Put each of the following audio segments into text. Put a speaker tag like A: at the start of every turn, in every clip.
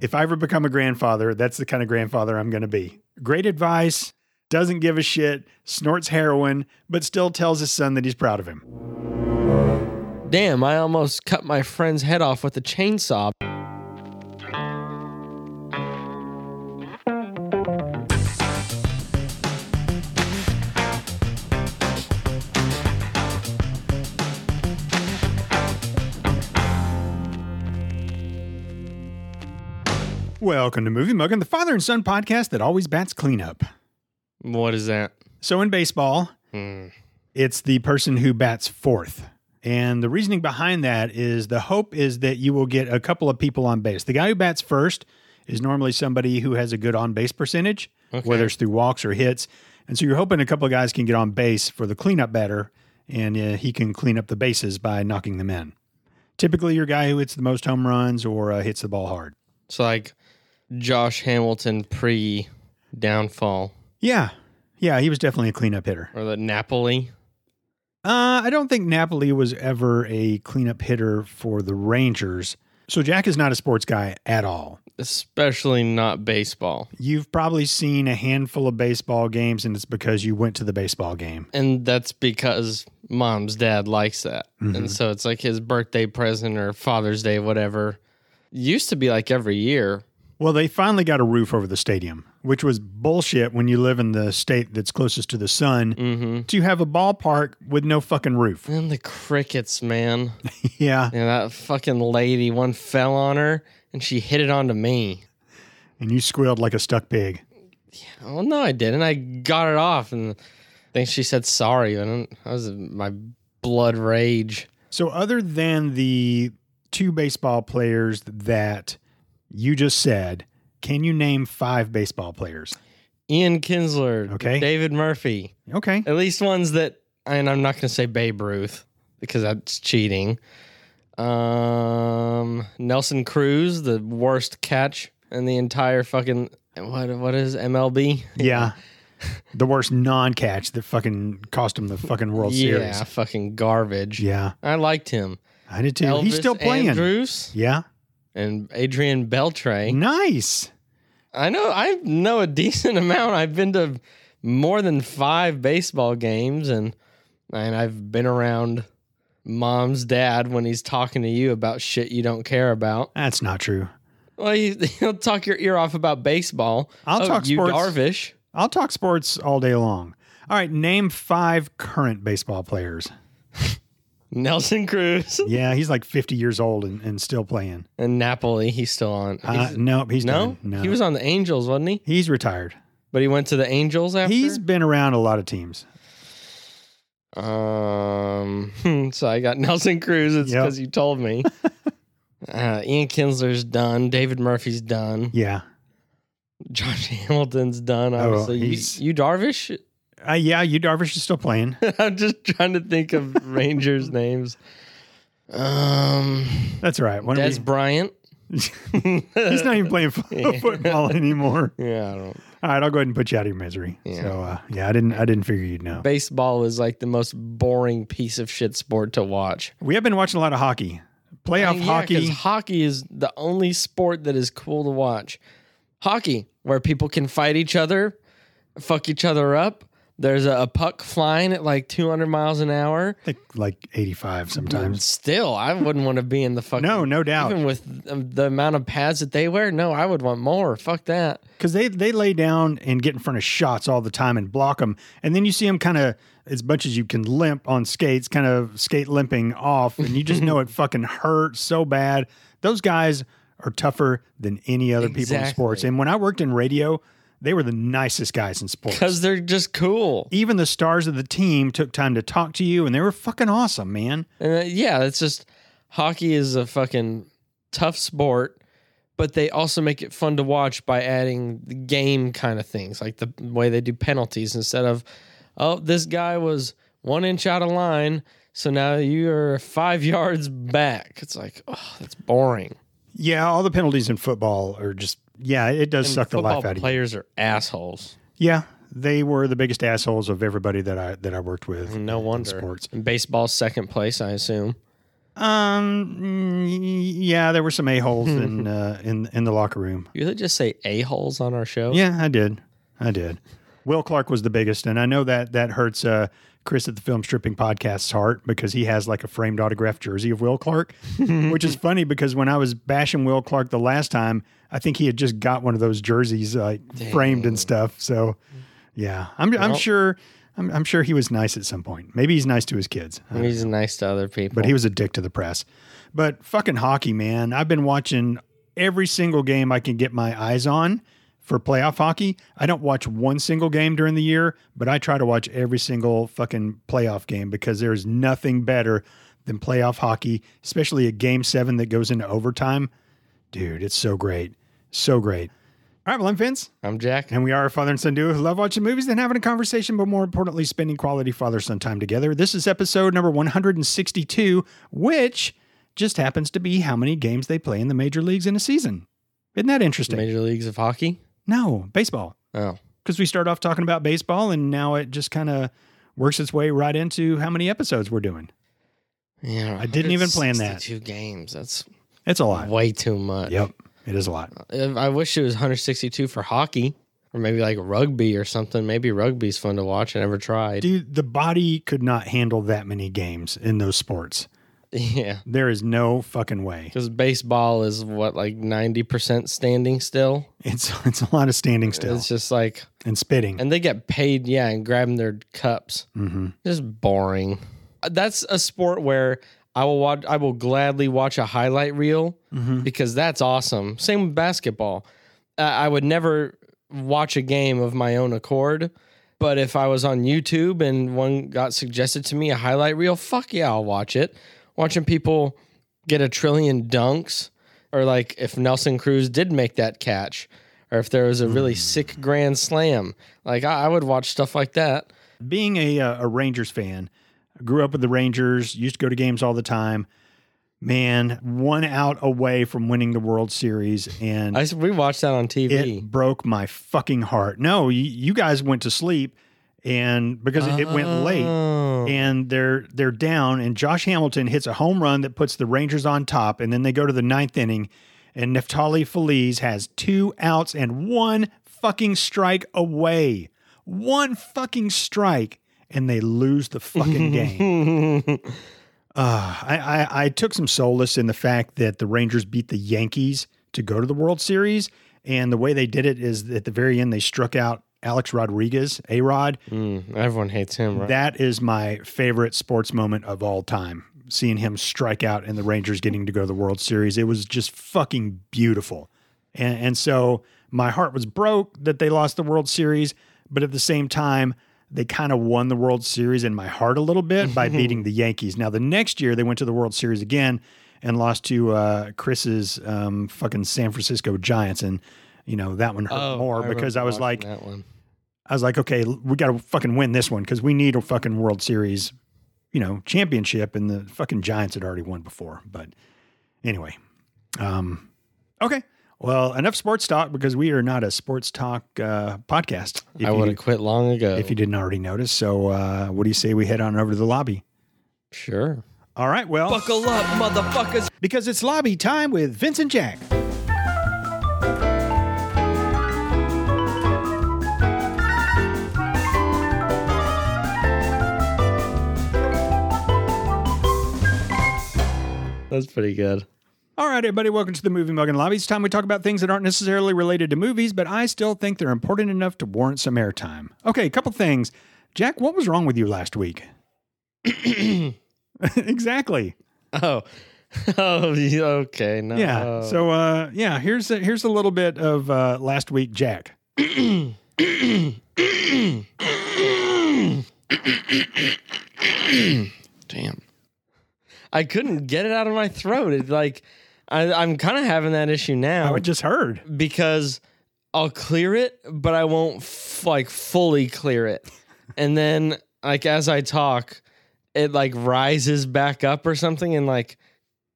A: If I ever become a grandfather, that's the kind of grandfather I'm going to be. Great advice, doesn't give a shit, snorts heroin, but still tells his son that he's proud of him.
B: Damn, I almost cut my friend's head off with a chainsaw.
A: Welcome to Movie Muggin, the father and son podcast that always bats cleanup.
B: What is that?
A: So in baseball, it's the person who bats fourth. And the reasoning behind that is the hope is that you will get a couple of people on base. The guy who bats first is normally somebody who has a good on base percentage, whether it's through walks or hits. And so you're hoping a couple of guys can get on base for the cleanup batter, and uh, he can clean up the bases by knocking them in. Typically, your guy who hits the most home runs or uh, hits the ball hard.
B: It's like Josh Hamilton pre downfall
A: Yeah. Yeah, he was definitely a cleanup hitter.
B: or the Napoli.
A: Uh, I don't think Napoli was ever a cleanup hitter for the Rangers. So Jack is not a sports guy at all.
B: Especially not baseball.
A: You've probably seen a handful of baseball games, and it's because you went to the baseball game.
B: And that's because mom's dad likes that. And so it's like his birthday present or Father's Day, whatever. Used to be like every year.
A: Well, they finally got a roof over the stadium, which was bullshit when you live in the state that's closest to the sun
B: Mm-hmm.
A: to have a ballpark with no fucking roof.
B: And the crickets, man.
A: yeah.
B: And that fucking lady, one fell on her and she hit it onto me.
A: And you squealed like a stuck pig.
B: Well, no, I didn't. I got it off, and I think she said sorry. And I was in my blood rage.
A: So, other than the two baseball players that you just said, can you name five baseball players?
B: Ian Kinsler,
A: Okay.
B: David Murphy,
A: Okay.
B: at least ones that, and I'm not going to say Babe Ruth because that's cheating. Um, Nelson Cruz, the worst catch in the entire fucking what what is MLB?
A: Yeah. the worst non catch that fucking cost him the fucking World
B: yeah,
A: Series.
B: fucking garbage.
A: Yeah.
B: I liked him.
A: I did too. He's
B: Elvis
A: still playing.
B: Andrews
A: Yeah.
B: and Adrian Beltre.
A: Nice.
B: I know I know a decent amount. I've been to more than five baseball games and and I've been around mom's dad when he's talking to you about shit you don't care about.
A: That's not true.
B: Well, he, he'll talk your ear off about baseball.
A: I'll
B: Oh,
A: talk
B: you
A: sports.
B: Darvish.
A: I'll talk sports all day long. All right. Name five current baseball players.
B: Nelson Cruz
A: Yeah. He's like 50 years old and, and still playing.
B: and Napoli. He's still on.
A: Uh,
B: He's-
A: nope. He's
B: no?
A: done. No.
B: he was on the Angels, wasn't he?
A: he's retired.
B: But he went to the Angels after.
A: He's been around a lot of teams.
B: Um, hmm, so I got Nelson Cruz. It's
A: Yep.
B: because you told me. uh, Ian Kinsler's done. David Murphy's done.
A: Yeah.
B: Josh Hamilton's done.
A: Oh,
B: Obviously, you,
A: he's-
B: you Darvish.
A: Uh, yeah, you Darvish is still playing.
B: I'm just trying to think of Rangers names. Um,
A: That's all right. Why don't
B: Des Bryant.
A: we-
B: yeah,
A: he's not even playing fo-
B: Yeah.
A: football anymore.
B: I don't.
A: All right, I'll go ahead and put you out of your misery.
B: Yeah.
A: So uh, yeah, I didn't I didn't figure you'd know.
B: Baseball is like the most boring piece of shit sport to watch.
A: We have been watching a lot of hockey, playoff
B: And Uh, yeah, 'cause
A: hockey.
B: hockey is the only sport that is cool to watch. Hockey, where people can fight each other, fuck each other up. There's a, a puck flying at like 200 miles an hour.
A: I think like eighty five
B: And
A: sometimes.
B: Still, I wouldn't want to be in the fucking.
A: No, no doubt,
B: Even with um, the amount of pads that they wear, no, I would want more. Fuck that.
A: because they they lay down and get in front of shots all the time and block them, and then you see them kind of as much as you can limp on skates, kind of skate limping off, and you just know it fucking hurts so bad. Those guys are tougher than any other people in sports.
B: Exactly.
A: And when I worked in radio, they were the nicest guys in sports.
B: Because they're just cool.
A: even the stars of the team took time to talk to you and they were fucking awesome, man.
B: And uh, yeah, it's just hockey is a fucking tough sport, but they also make it fun to watch by adding the game kind of things, like the way they do penalties instead of, oh, this guy was one inch out of line, so now you are five yards back. It's like, oh, that's boring.
A: Yeah, all the penalties in football are just yeah, it does
B: And
A: suck the
B: football
A: life out of you.
B: players are assholes.
A: Yeah, they were the biggest assholes of everybody that I that I worked with.
B: No
A: in
B: wonder.
A: sports.
B: And baseball's second place, I assume.
A: Um, mm, yeah, there were some a holes in uh, in in the locker room.
B: You really just say a holes on our show?
A: Yeah, I did. I did. Will Clark was the biggest, and I know that that hurts uh, Chris at the Film Stripping Podcast's heart because he has like a framed autographed jersey of Will Clark, which is funny because when I was bashing Will Clark the last time, I think he had just got one of those jerseys like framed and stuff. So, yeah, I'm I'm
B: Well-
A: sure I'm, I'm sure he was nice at some point. Maybe he's nice to his kids. I
B: He's nice to other people.
A: but he was a dick to the press. But fucking hockey, man. I've been watching every single game I can get my eyes on for playoff hockey. I don't watch one single game during the year, but I try to watch every single fucking playoff game because there is nothing better than playoff hockey, especially a game seven that goes into overtime. Dude, it's so great. So great. All right, well, I'm Vince.
B: I'm Jack.
A: And we are a father and son duo who love watching movies and having a conversation, but more importantly, spending quality father son time together. This is episode number 162, which just happens to be how many games they play in the major leagues in a season. Isn't that interesting?
B: Major Leagues of Hockey.
A: No, baseball.
B: Oh,
A: Because we start off talking about baseball and now it just kind of works its way right into how many episodes we're doing.
B: yeah.
A: I didn't even plan that.
B: Two games. That's
A: It's a lot.
B: way too much.
A: Yep, it is a lot.
B: If- I wish it was 162 for hockey, or maybe like rugby or something. Maybe rugby's fun to watch. I never tried.
A: Dude, the body could not handle that many games in those sports.
B: yeah.
A: There is no fucking way.
B: Because baseball is what like 90% standing still.
A: It's it's a lot of standing still
B: It's just like,
A: and spitting.
B: and they get paid, yeah, and grabbing their cups.
A: Mm-hmm.
B: Just boring. That's a sport where I will watch. I will gladly watch a highlight reel
A: Mm-hmm.
B: because that's awesome. Same with basketball. Uh, I would never watch a game of my own accord, but if I was on YouTube and one got suggested to me a highlight reel, fuck yeah, I'll watch it. Watching people get a trillion dunks, or like if Nelson Cruz did make that catch, or if there was a
A: Mm.
B: really sick grand slam, like I, I would watch stuff like that.
A: Being a uh, a Rangers fan, grew up with the Rangers, used to go to games all the time. Man, one out away from winning the World Series, and
B: I s- we watched that on TV.
A: it broke my fucking heart. No, you, you guys went to sleep, and because it, it went late,
B: Oh.
A: and they're they're down, and Josh Hamilton hits a home run that puts the Rangers on top, and then they go to the ninth inning, and Neftali Feliz has two outs and one fucking strike away, one fucking strike, and they lose the fucking game. Uh, I, I I took some solace in the fact that the Rangers beat the Yankees to go to the World Series, and the way they did it is at the very end they struck out Alex Rodriguez, A Rod,
B: Mm, everyone hates him, right?
A: that is my favorite sports moment of all time. Seeing him strike out and the Rangers getting to go to the World Series. It was just fucking beautiful. And, and so my heart was broke that they lost the World Series, but at the same time, they kind of won the World Series in my heart a little bit by beating the Yankees. Now, the next year, they went to the World Series again and lost to uh, Chris's um, fucking San Francisco Giants. And, you know, that one hurt
B: Oh,
A: more because Oh, I was like,
B: that one.
A: I was like, okay, l- we got to fucking win this one because we need a fucking World Series, you know, championship. And the fucking Giants had already won before. But anyway, um, okay. Well, enough sports talk because we are not a sports talk uh, podcast. If
B: I
A: you,
B: would have quit long ago.
A: if you didn't already notice. So, uh, what do you say we head on over to the lobby?
B: sure.
A: All right. Well,
B: Buckle up, motherfuckers.
A: because it's lobby time with Vincent Jack.
B: That's pretty good.
A: All right, everybody, welcome to the Movie Mug and Lobby. It's time we talk about things that aren't necessarily related to movies, but I still think they're important enough to warrant some airtime. Okay, a couple things. Jack, what was wrong with you last week? exactly.
B: Oh. Oh, you- okay. No.
A: Yeah. So, uh, yeah, here's a, here's a little bit of uh, last week, Jack.
B: Damn. I couldn't get it out of my throat. It's like I, I'm kind of having that issue now.
A: I just heard.
B: because I'll clear it, but I won't f- like fully clear it. And then like as I talk, it like rises back up or something and like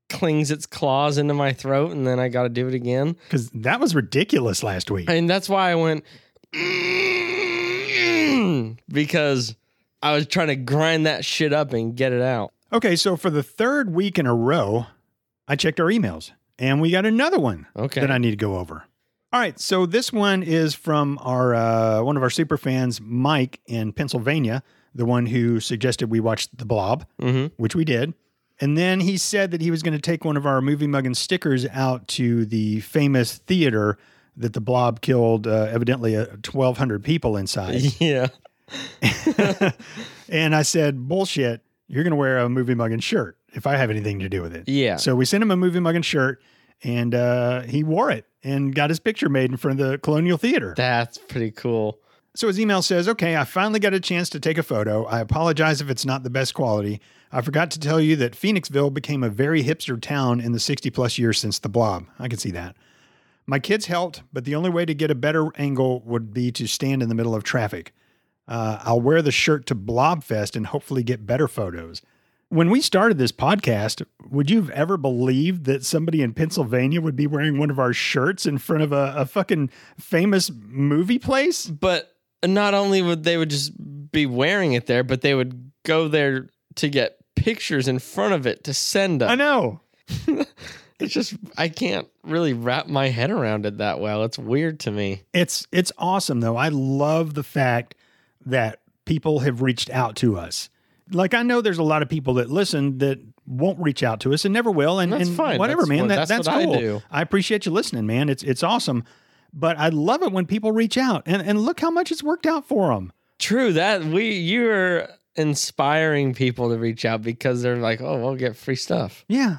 B: clings its claws into my throat and then I got to do it again.
A: Because that was ridiculous last week.
B: And that's why I went because I was trying to grind that shit up and get it out.
A: Okay, so for the third week in a row, I checked our emails and we got another one
B: Okay.
A: that I need to go over. All right, so this one is from our uh, one of our super fans, Mike in Pennsylvania, the one who suggested we watch The Blob,
B: mm-hmm.
A: which we did. And then he said that he was going to take one of our movie muggin stickers out to the famous theater that the Blob killed uh, evidently uh, 1,200 people inside.
B: Yeah.
A: and I said, bullshit, you're going to wear a movie muggin shirt if I have anything to do with it.
B: Yeah.
A: So we sent him a movie muggin shirt and uh, he wore it and got his picture made in front of the Colonial Theater.
B: That's pretty cool.
A: so his email says, okay, I finally got a chance to take a photo. I apologize if it's not the best quality. I forgot to tell you that Phoenixville became a very hipster town in the 60 plus years since the blob. I can see that. My kids helped, but the only way to get a better angle would be to stand in the middle of traffic. Uh, I'll wear the shirt to Blobfest and hopefully get better photos. When we started this podcast, would you have ever believed that somebody in Pennsylvania would be wearing one of our shirts in front of a, a fucking famous movie place?
B: But not only would they would just be wearing it there, but they would go there to get pictures in front of it to send
A: I
B: up.
A: know.
B: It's just I can't really wrap my head around it that well. It's weird to me.
A: It's it's awesome though. I love the fact that people have reached out to us. Like I know there's a lot of people that listen that won't reach out to us and never will. And,
B: That's
A: and
B: fine.
A: whatever,
B: That's
A: man.
B: what-
A: that, that's,
B: that's what I
A: cool.
B: do.
A: I appreciate you listening, man. It's it's awesome. But I love it when people reach out and, and look how much it's worked out for them.
B: True that we you're inspiring people to reach out because they're like, oh, we'll get free stuff.
A: Yeah.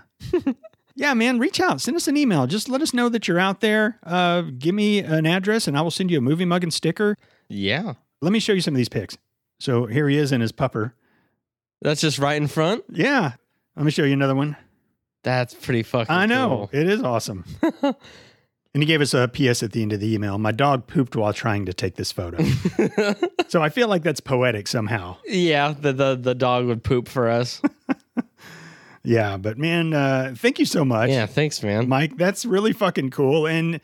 A: yeah, man. Reach out. Send us an email. Just let us know that you're out there. Uh, give me an address and I will send you a movie mug and sticker.
B: Yeah,
A: Let me show you some of these pics. So here he is in his pupper.
B: that's just right in front.
A: Yeah. Let me show you another one.
B: That's pretty fucking.
A: I know. It is awesome. and he gave us a PS at the end of the email. My dog pooped while trying to take this photo.
B: cool.
A: so I feel like that's poetic somehow.
B: yeah, the, the the dog would poop for us.
A: Yeah. But man, uh, thank you so much,
B: yeah, thanks, man.
A: Mike. That's really fucking cool. And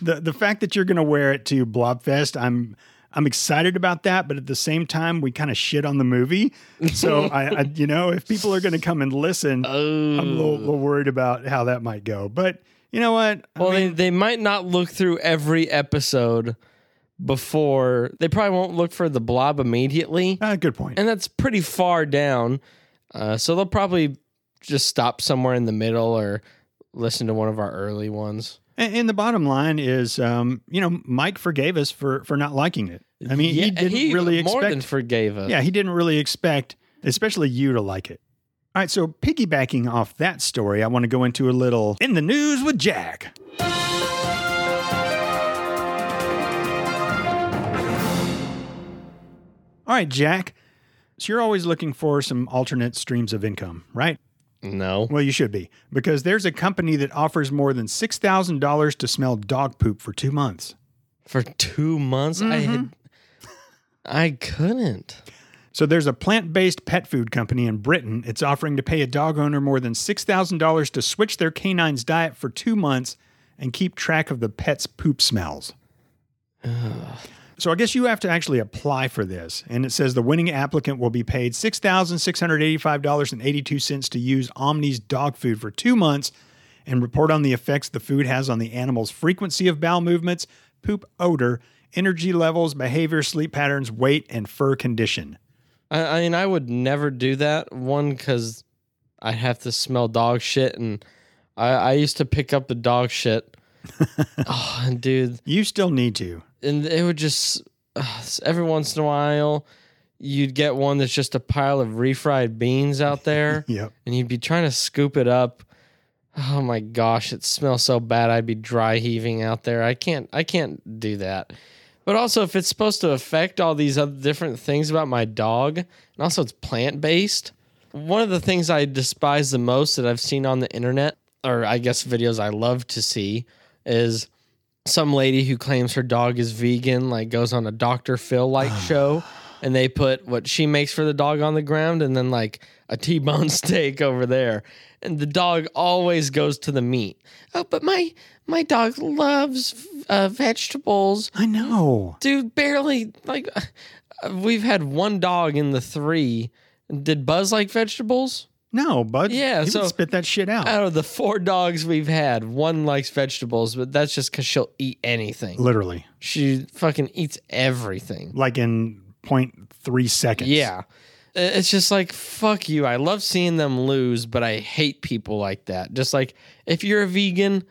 A: the, the fact that you're going to wear it to Blobfest, I'm. I'm excited about that, but at the same time, we kind of shit on the movie. So I, I, you know, if people are going to come and listen,
B: Oh,
A: I'm a little, little worried about how that might go. But you know what? I
B: well,
A: mean-
B: they, they might not look through every episode before they probably won't look for the blob immediately,
A: Uh, good point.
B: and that's pretty far down. Uh, so they'll probably just stop somewhere in the middle or listen to one of our early ones.
A: And, and the bottom line is, um, you know, Mike forgave us for for not liking it. I mean,
B: Yeah,
A: he didn't
B: he
A: really
B: more than
A: expect.
B: forgave us.
A: yeah, he didn't really expect, especially you, to like it. All right, so piggybacking off that story, I want to go into a little in the news with Jack. All right, Jack. So you're always looking for some alternate streams of income, right?
B: No.
A: Well, you should be, because there's a company that offers more than $6,000 to smell dog poop for two months.
B: For two months, I
A: Mm-hmm.
B: had, I couldn't.
A: So there's a plant based pet food company in Britain. It's offering to pay a dog owner more than $6,000 to switch their canine's diet for two months and keep track of the pet's poop smells. So I guess you have to actually apply for this. And it says the winning applicant will be paid $6,685.82 to use Omni's dog food for two months and report on the effects the food has on the animal's frequency of bowel movements, poop odor, energy levels, behavior, sleep patterns, weight, and fur condition.
B: I, I mean, I would never do that. One, because I'd have to smell dog shit, and I, I used to pick up the dog shit. oh, and dude,
A: You still need to.
B: and it would just ugh, every once in a while, you'd get one that's just a pile of refried beans out there,
A: Yep.
B: and you'd be trying to scoop it up. Oh my gosh, it smells so bad. I'd be dry heaving out there. I can't. I can't do that. But also, if it's supposed to affect all these other different things about my dog, and also it's plant based. One of the things I despise the most that I've seen on the internet, or I guess videos I love to see, is some lady who claims her dog is vegan, like goes on a Dr. Phil like show, and they put what she makes for the dog on the ground and then like a T bone steak over there. And the dog always goes to the meat. Oh, but my my dog loves uh, vegetables
A: I know.
B: dude barely like uh, we've had one dog in the three did buzz like vegetables
A: No, bud.
B: Yeah,
A: he
B: so-
A: would spit that shit out.
B: Out of the four dogs we've had, one likes vegetables, but that's just because she'll eat anything.
A: Literally,
B: She fucking eats everything.
A: like in 0.3 seconds.
B: Yeah. I- It's just like, fuck you. I love seeing them lose, but I hate people like that. Just like, if you're a vegan,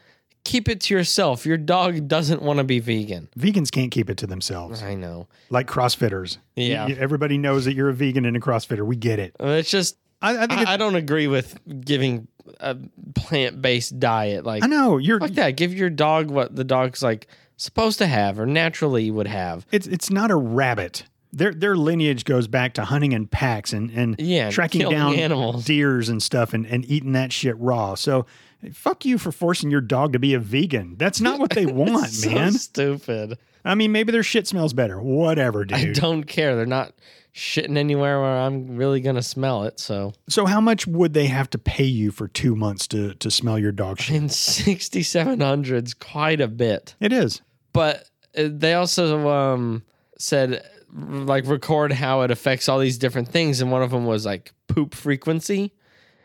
B: keep it to yourself. Your dog doesn't want to be vegan.
A: Vegans can't keep it to themselves,
B: I know.
A: like CrossFitters.
B: Yeah.
A: Y- everybody knows that you're a vegan and a CrossFitter. We get it.
B: It's just,
A: I, I think.
B: I,
A: I,
B: I don't agree with giving a plant based diet. Like,
A: I know you're.
B: fuck that. Give your dog what the dog's like supposed to have or naturally would have.
A: It's it's not a rabbit. Their their lineage goes back to hunting in packs and and
B: Yeah. and
A: tracking
B: killing
A: down
B: animals.
A: deers and stuff and, and eating that shit raw. So fuck you for forcing your dog to be a vegan. That's not what they want,
B: So
A: man.
B: stupid.
A: I mean, maybe their shit smells better. Whatever, dude.
B: I don't care. They're not shitting anywhere where I'm really going to smell it. So,
A: So how much would they have to pay you for two months to to smell your dog shit?
B: in 6700s, quite a bit.
A: It is.
B: But uh, they also um, said, like, record how it affects all these different things. And one of them was like poop frequency.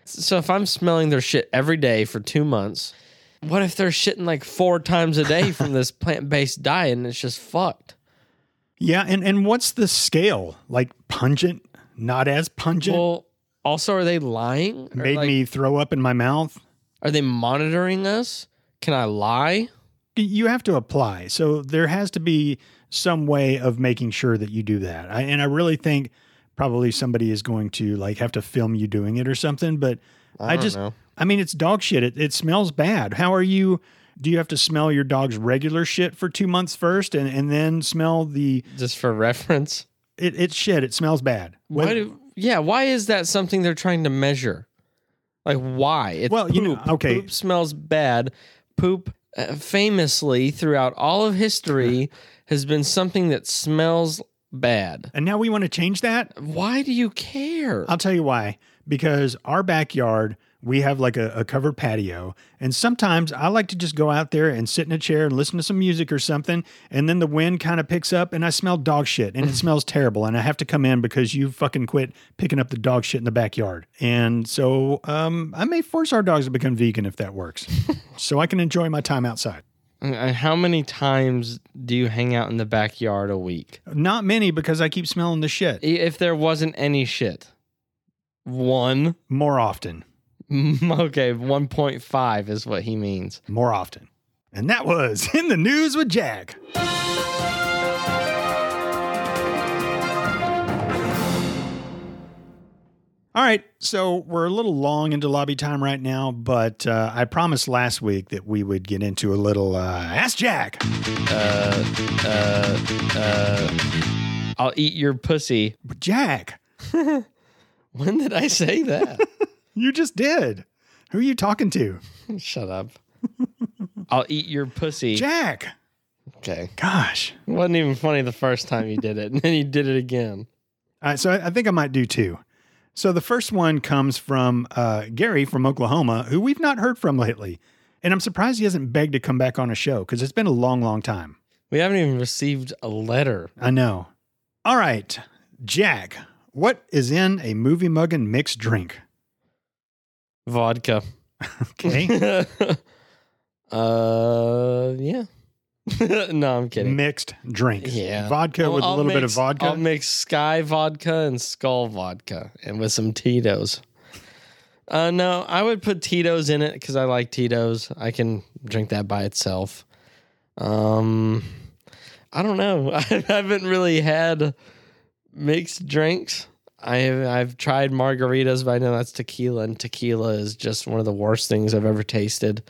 B: So, if I'm smelling their shit every day for two months, what if they're shitting like four times a day from this plant based diet and it's just fucked?
A: Yeah, and, and what's the scale? Like pungent? Not as pungent?
B: Well, also, are they lying? Or,
A: Made
B: like,
A: me throw up in my mouth?
B: Are they monitoring us? Can I lie?
A: you have to apply. So there has to be some way of making sure that you do that. I, and I really think probably somebody is going to like have to film you doing it or something. But I,
B: don't
A: just,
B: know.
A: I mean, it's dog shit. It, it smells bad. How are you? Do you have to smell your dog's regular shit for two months first and, and then smell the,
B: just for reference.
A: it, it's shit. It smells bad.
B: Why
A: Whether-
B: do, yeah, why is that something they're trying to measure? Like why? It's
A: Well, you know,
B: poop.
A: okay.
B: Poop smells bad. Poop uh, famously throughout all of history has been something that smells bad.
A: and now we want to change that?
B: Why do you care?
A: I'll tell you why. Because our backyard, we have like a, a covered patio. And sometimes I like to just go out there and sit in a chair and listen to some music or something. And then the wind kind of picks up and I smell dog shit and it smells terrible. And I have to come in because you fucking quit picking up the dog shit in the backyard. And so um, I may force our dogs to become vegan if that works. so I can enjoy my time outside.
B: And How many times do you hang out in the backyard a week?
A: Not many because I keep smelling the
B: I-
A: shit
B: If there wasn't any shit. 1
A: more often.
B: okay, 1.5 is what he means.
A: more often. And that was In the News with Jack. All right, so we're a little long into lobby time right now, but uh, I promised last week that we would get into a little uh, Ask Jack.
B: I'll eat your pussy.
A: But Jack,
B: When did I say that?
A: you just did. Who are you talking to?
B: Shut up. I'll eat your pussy.
A: Jack.
B: okay.
A: Gosh.
B: Wasn't even funny the first time you did it, and then you did it again.
A: All right, Uh, so I I think I might do two. So the first one comes from uh, Gary from Oklahoma, who we've not heard from lately, and I'm surprised he hasn't begged to come back on a show because it's been a long, long time.
B: We haven't even received a letter.
A: I know. All right, Jack, what is in a movie muggin mixed drink?
B: Vodka.
A: Okay,
B: uh, yeah. no, I'm kidding.
A: mixed drink.
B: Yeah.
A: vodka
B: I'll-
A: with a
B: I'll
A: little bit of
B: mix-
A: vodka.
B: I'll mix Sky vodka and Skull vodka, and with some Tito's. Uh, no, I would put Tito's in it because I like Tito's. I can drink that by itself. Um, I don't know. I haven't really had mixed drinks. I have, I've tried margaritas, but I know that's tequila, and tequila is just one of the worst things I've ever tasted.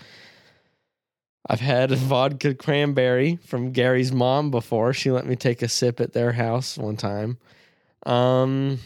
B: I've had vodka cranberry from Gary's mom before. She let me take a sip at their house one time. Um,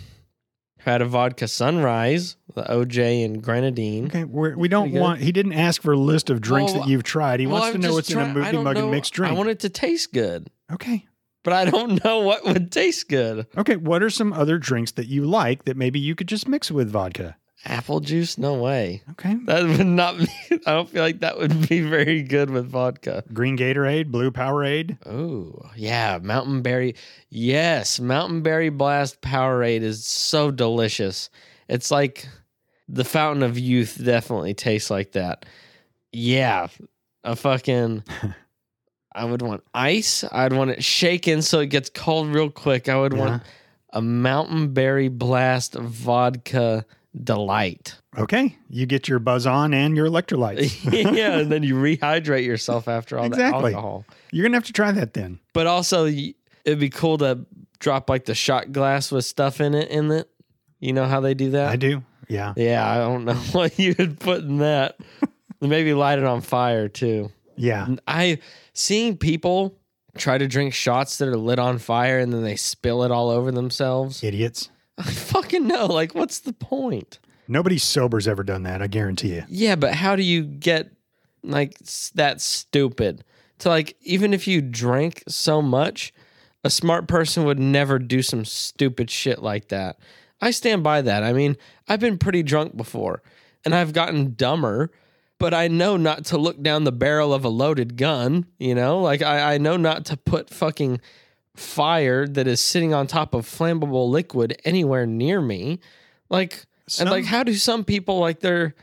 B: had a vodka sunrise, the OJ and grenadine.
A: okay, we're, we don't
B: Pretty good.
A: want. He didn't ask for a list of drinks
B: Well,
A: that you've tried. He
B: Well,
A: wants
B: I'm
A: to know
B: just
A: what's in
B: try-
A: a
B: I
A: movie
B: don't
A: muggin
B: know-
A: mixed drink.
B: I want it to taste good,
A: okay.
B: but I don't know what would taste good.
A: Okay, what are some other drinks that you like that maybe you could just mix with vodka?
B: Apple juice? No way.
A: Okay.
B: That would not. Be, I don't feel like that would be very good with vodka.
A: Green Gatorade, blue Powerade.
B: Oh yeah, Mountain Berry. Yes, Mountain Berry Blast Powerade is so delicious. It's like the fountain of youth definitely tastes like that. Yeah, a fucking. I would want ice. I'd want it shaken so it gets cold real quick. I would want a mountain berry blast vodka delight.
A: Okay, you get your buzz on and your electrolytes.
B: yeah, and then you rehydrate yourself after all the
A: Exactly.
B: alcohol.
A: You're gonna have to try that then.
B: But also, y- it'd be cool to drop like the shot glass with stuff in it. In it, you know how they do that?
A: I do. Yeah.
B: Yeah, I don't know what you would put in that. Maybe light it on fire too.
A: Yeah.
B: I seeing people try to drink shots that are lit on fire and then they spill it all over themselves.
A: Idiots.
B: I fucking know. Like, what's the point?
A: Nobody sober's ever done that. I guarantee you.
B: Yeah, but how do you get like s- that stupid to like even if you drank so much, a smart person would never do some stupid shit like that. I stand by that. I mean, I've been pretty drunk before and I've gotten dumber, but I know not to look down the barrel of a loaded gun, you know? Like I, I know not to put fucking fire that is sitting on top of flammable liquid anywhere near me. Like
A: Some-
B: and like how do some people like their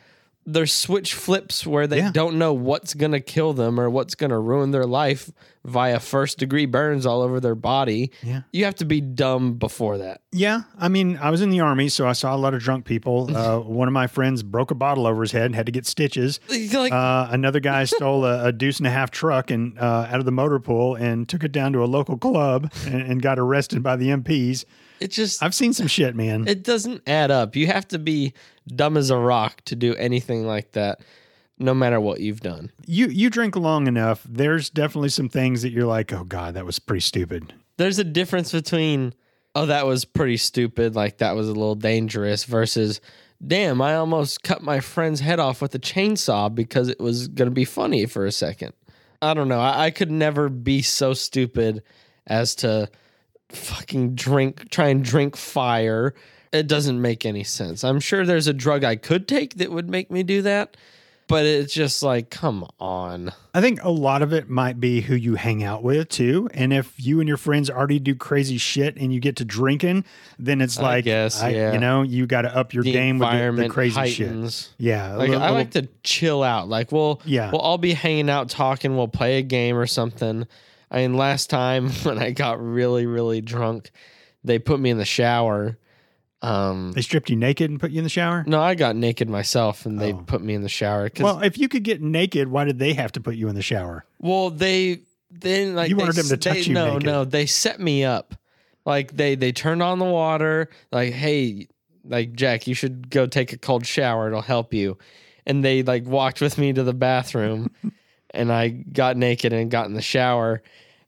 B: their switch flips where they
A: Yeah.
B: don't know what's gonna kill them or what's gonna ruin their life via first degree burns all over their body.
A: Yeah.
B: You have to be dumb before that.
A: Yeah, I mean, I was in the army, so I saw a lot of drunk people. Uh, one of my friends broke a bottle over his head and had to get stitches.
B: You're Like
A: Uh, another guy stole a, a deuce and a half truck and uh, out of the motor pool and took it down to a local club and, and got arrested by the MPs.
B: it just
A: I've seen some shit, man.
B: it doesn't add up. You have to be dumb as a rock to do anything like that, no matter what you've done.
A: You you drink long enough, there's definitely some things that you're like, oh god, that was pretty stupid.
B: there's a difference between oh that was pretty stupid like that was a little dangerous versus damn i almost cut my friend's head off with a chainsaw because it was going to be funny for a second i don't know I, I could never be so stupid as to fucking drink try and drink fire it doesn't make any sense i'm sure there's a drug i could take that would make me do that but it's just like come on
A: I think a lot of it might be who you hang out with too. And if you and your friends already do crazy shit and you get to drinking, then it's
B: I
A: like,
B: guess, yeah.
A: you know, you got to up your
B: the
A: game with the- the,
B: environment
A: crazy shit.
B: heightens
A: Yeah. a
B: Like
A: little-
B: I like to chill out. Like we'll
A: Yeah.
B: we'll all be hanging out talking, we'll play a game or something. I mean last time when I got really, really drunk, they put me in the shower. Um
A: they stripped you naked and put you in the shower.
B: no, I got naked myself and they
A: Oh.
B: put me in the shower. Cause, well,
A: Well, if you could get naked, why did they have to put you in the shower?
B: they then like
A: You
B: they
A: wanted them to
B: s- they-
A: touch you
B: No,
A: naked.
B: no, they set me up. Like they they turned on the water, like, hey, like Jack, you should go take a cold shower, it'll help you. And they like walked with me to the bathroom and I got naked and got in the shower.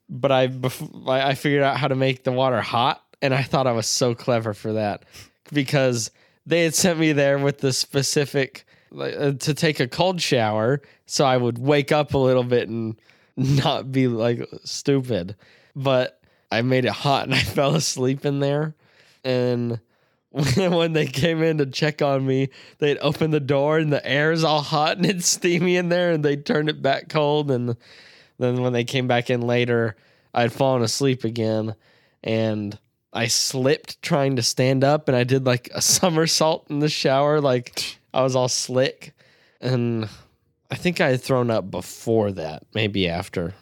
B: But I, bef- I I figured out how to make the water hot, and I thought I was so clever for that because they had sent me there with the specific like, uh, to take a cold shower, so I would wake up a little bit and not be like stupid. But I made it hot, and I fell asleep in there, and. When they came in to check on me, they'd open the door and the air is all hot and it's steamy in there, and they turned it back cold. And then when they came back in later, I'd fallen asleep again and I slipped trying to stand up and I did like a somersault in the shower. Like I was all slick. And I think I had thrown up before that, maybe after.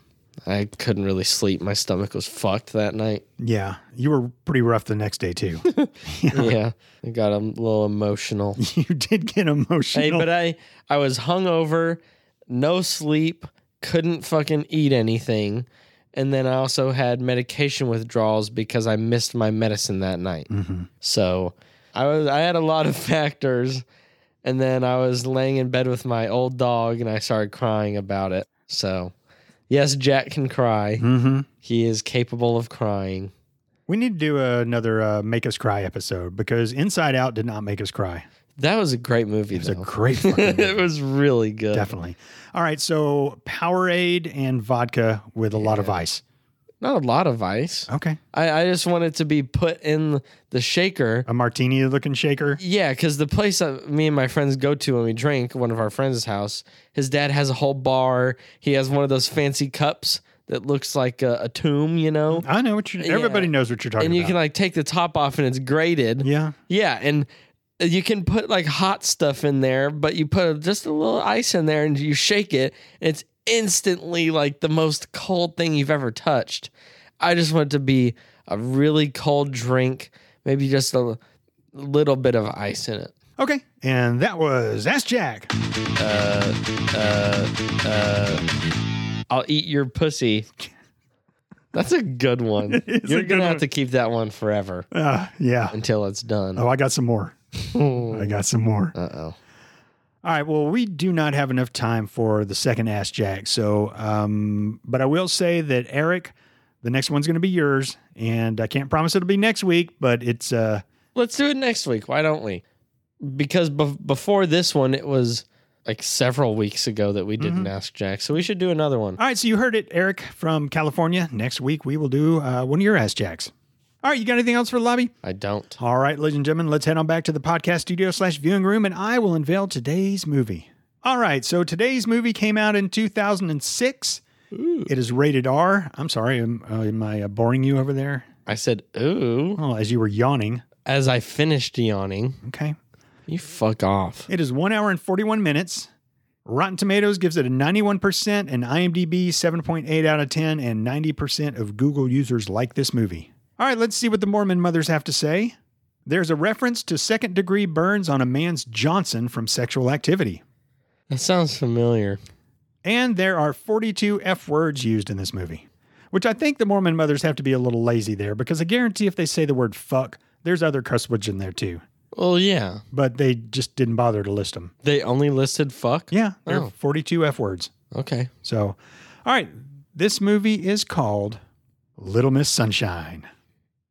B: I couldn't really sleep. My stomach was fucked that night.
A: Yeah. You were pretty rough the next day too.
B: yeah. I got a little emotional.
A: you did get emotional.
B: Hey, but I I was hungover, no sleep, couldn't fucking eat anything, and then I also had medication withdrawals because I missed my medicine that night.
A: Mhm.
B: So I was I had a lot of factors, and then I was laying in bed with my old dog and I started crying about it. So yes, Jack can cry.
A: Mhm.
B: He is capable of crying.
A: We need to do another uh, make us cry episode because Inside Out did not make us cry.
B: That was a great movie.
A: It was a
B: though.
A: great fucking movie.
B: it was really good.
A: Definitely. All right. So Powerade and vodka with a lot of ice.
B: Not a lot of ice.
A: Okay.
B: I, I just want it to be put in the shaker.
A: A martini looking shaker.
B: Yeah, because the place that me and my friends go to when we drink, one of our friends' house, his dad has a whole bar. He has one of those fancy cups that looks like a, a tomb, you know?
A: I know what you're,
B: Yeah.
A: everybody knows what you're talking
B: And you
A: about.
B: can like take the top off and it's grated.
A: yeah.
B: Yeah, and you can put like hot stuff in there, but you put just a little ice in there and you shake it, and it's instantly like the most cold thing you've ever touched. I just want it to be a really cold drink, maybe just a little bit of ice in it.
A: Okay. And that was Ask Jack.
B: I'll eat your pussy. That's a good one.
A: It's
B: You're
A: a good
B: gonna
A: one.
B: have to keep that one forever
A: Uh, yeah.
B: until it's done.
A: Oh, I got some more. I got some more.
B: Uh oh.
A: All right. Well, we do not have enough time for the second Ask Jack. So, um, but I will say that Eric, the next one's going to be yours, and I can't promise it'll be next week, but it's uh,
B: Let's do it next week. Why don't we? Because bef- before this one, it was like several weeks ago that we didn't ask Jack. So we should do another one.
A: All right, so you heard it, Eric from California. Next week we will do uh, one of your ass jacks. All right, you got anything else for the lobby?
B: I don't.
A: All right, ladies and gentlemen, let's head on back to the podcast studio slash viewing room, and I will unveil today's movie. All right, so today's movie came out in 2006. It is rated R. I'm sorry, am, uh, am I uh, boring you over there?
B: I said, ooh,
A: Oh, as you were yawning.
B: as I finished yawning.
A: Okay.
B: You fuck off.
A: It is one hour and 41 minutes. Rotten Tomatoes gives it a 91%, and IMDb 7.8 out of 10, and 90% of Google users like this movie. All right, let's see what the Mormon mothers have to say. There's a reference to second degree burns on a man's Johnson from sexual activity.
B: That sounds familiar.
A: And there are 42 F words used in this movie, which I think the Mormon mothers have to be a little lazy there because I guarantee if they say the word fuck, there's other cuss words in there too.
B: Well, yeah.
A: But they just didn't bother to list them.
B: They only listed fuck?
A: Yeah, there are
B: Oh.
A: 42 F words.
B: Okay.
A: So, all right, this movie is called Little Miss Sunshine.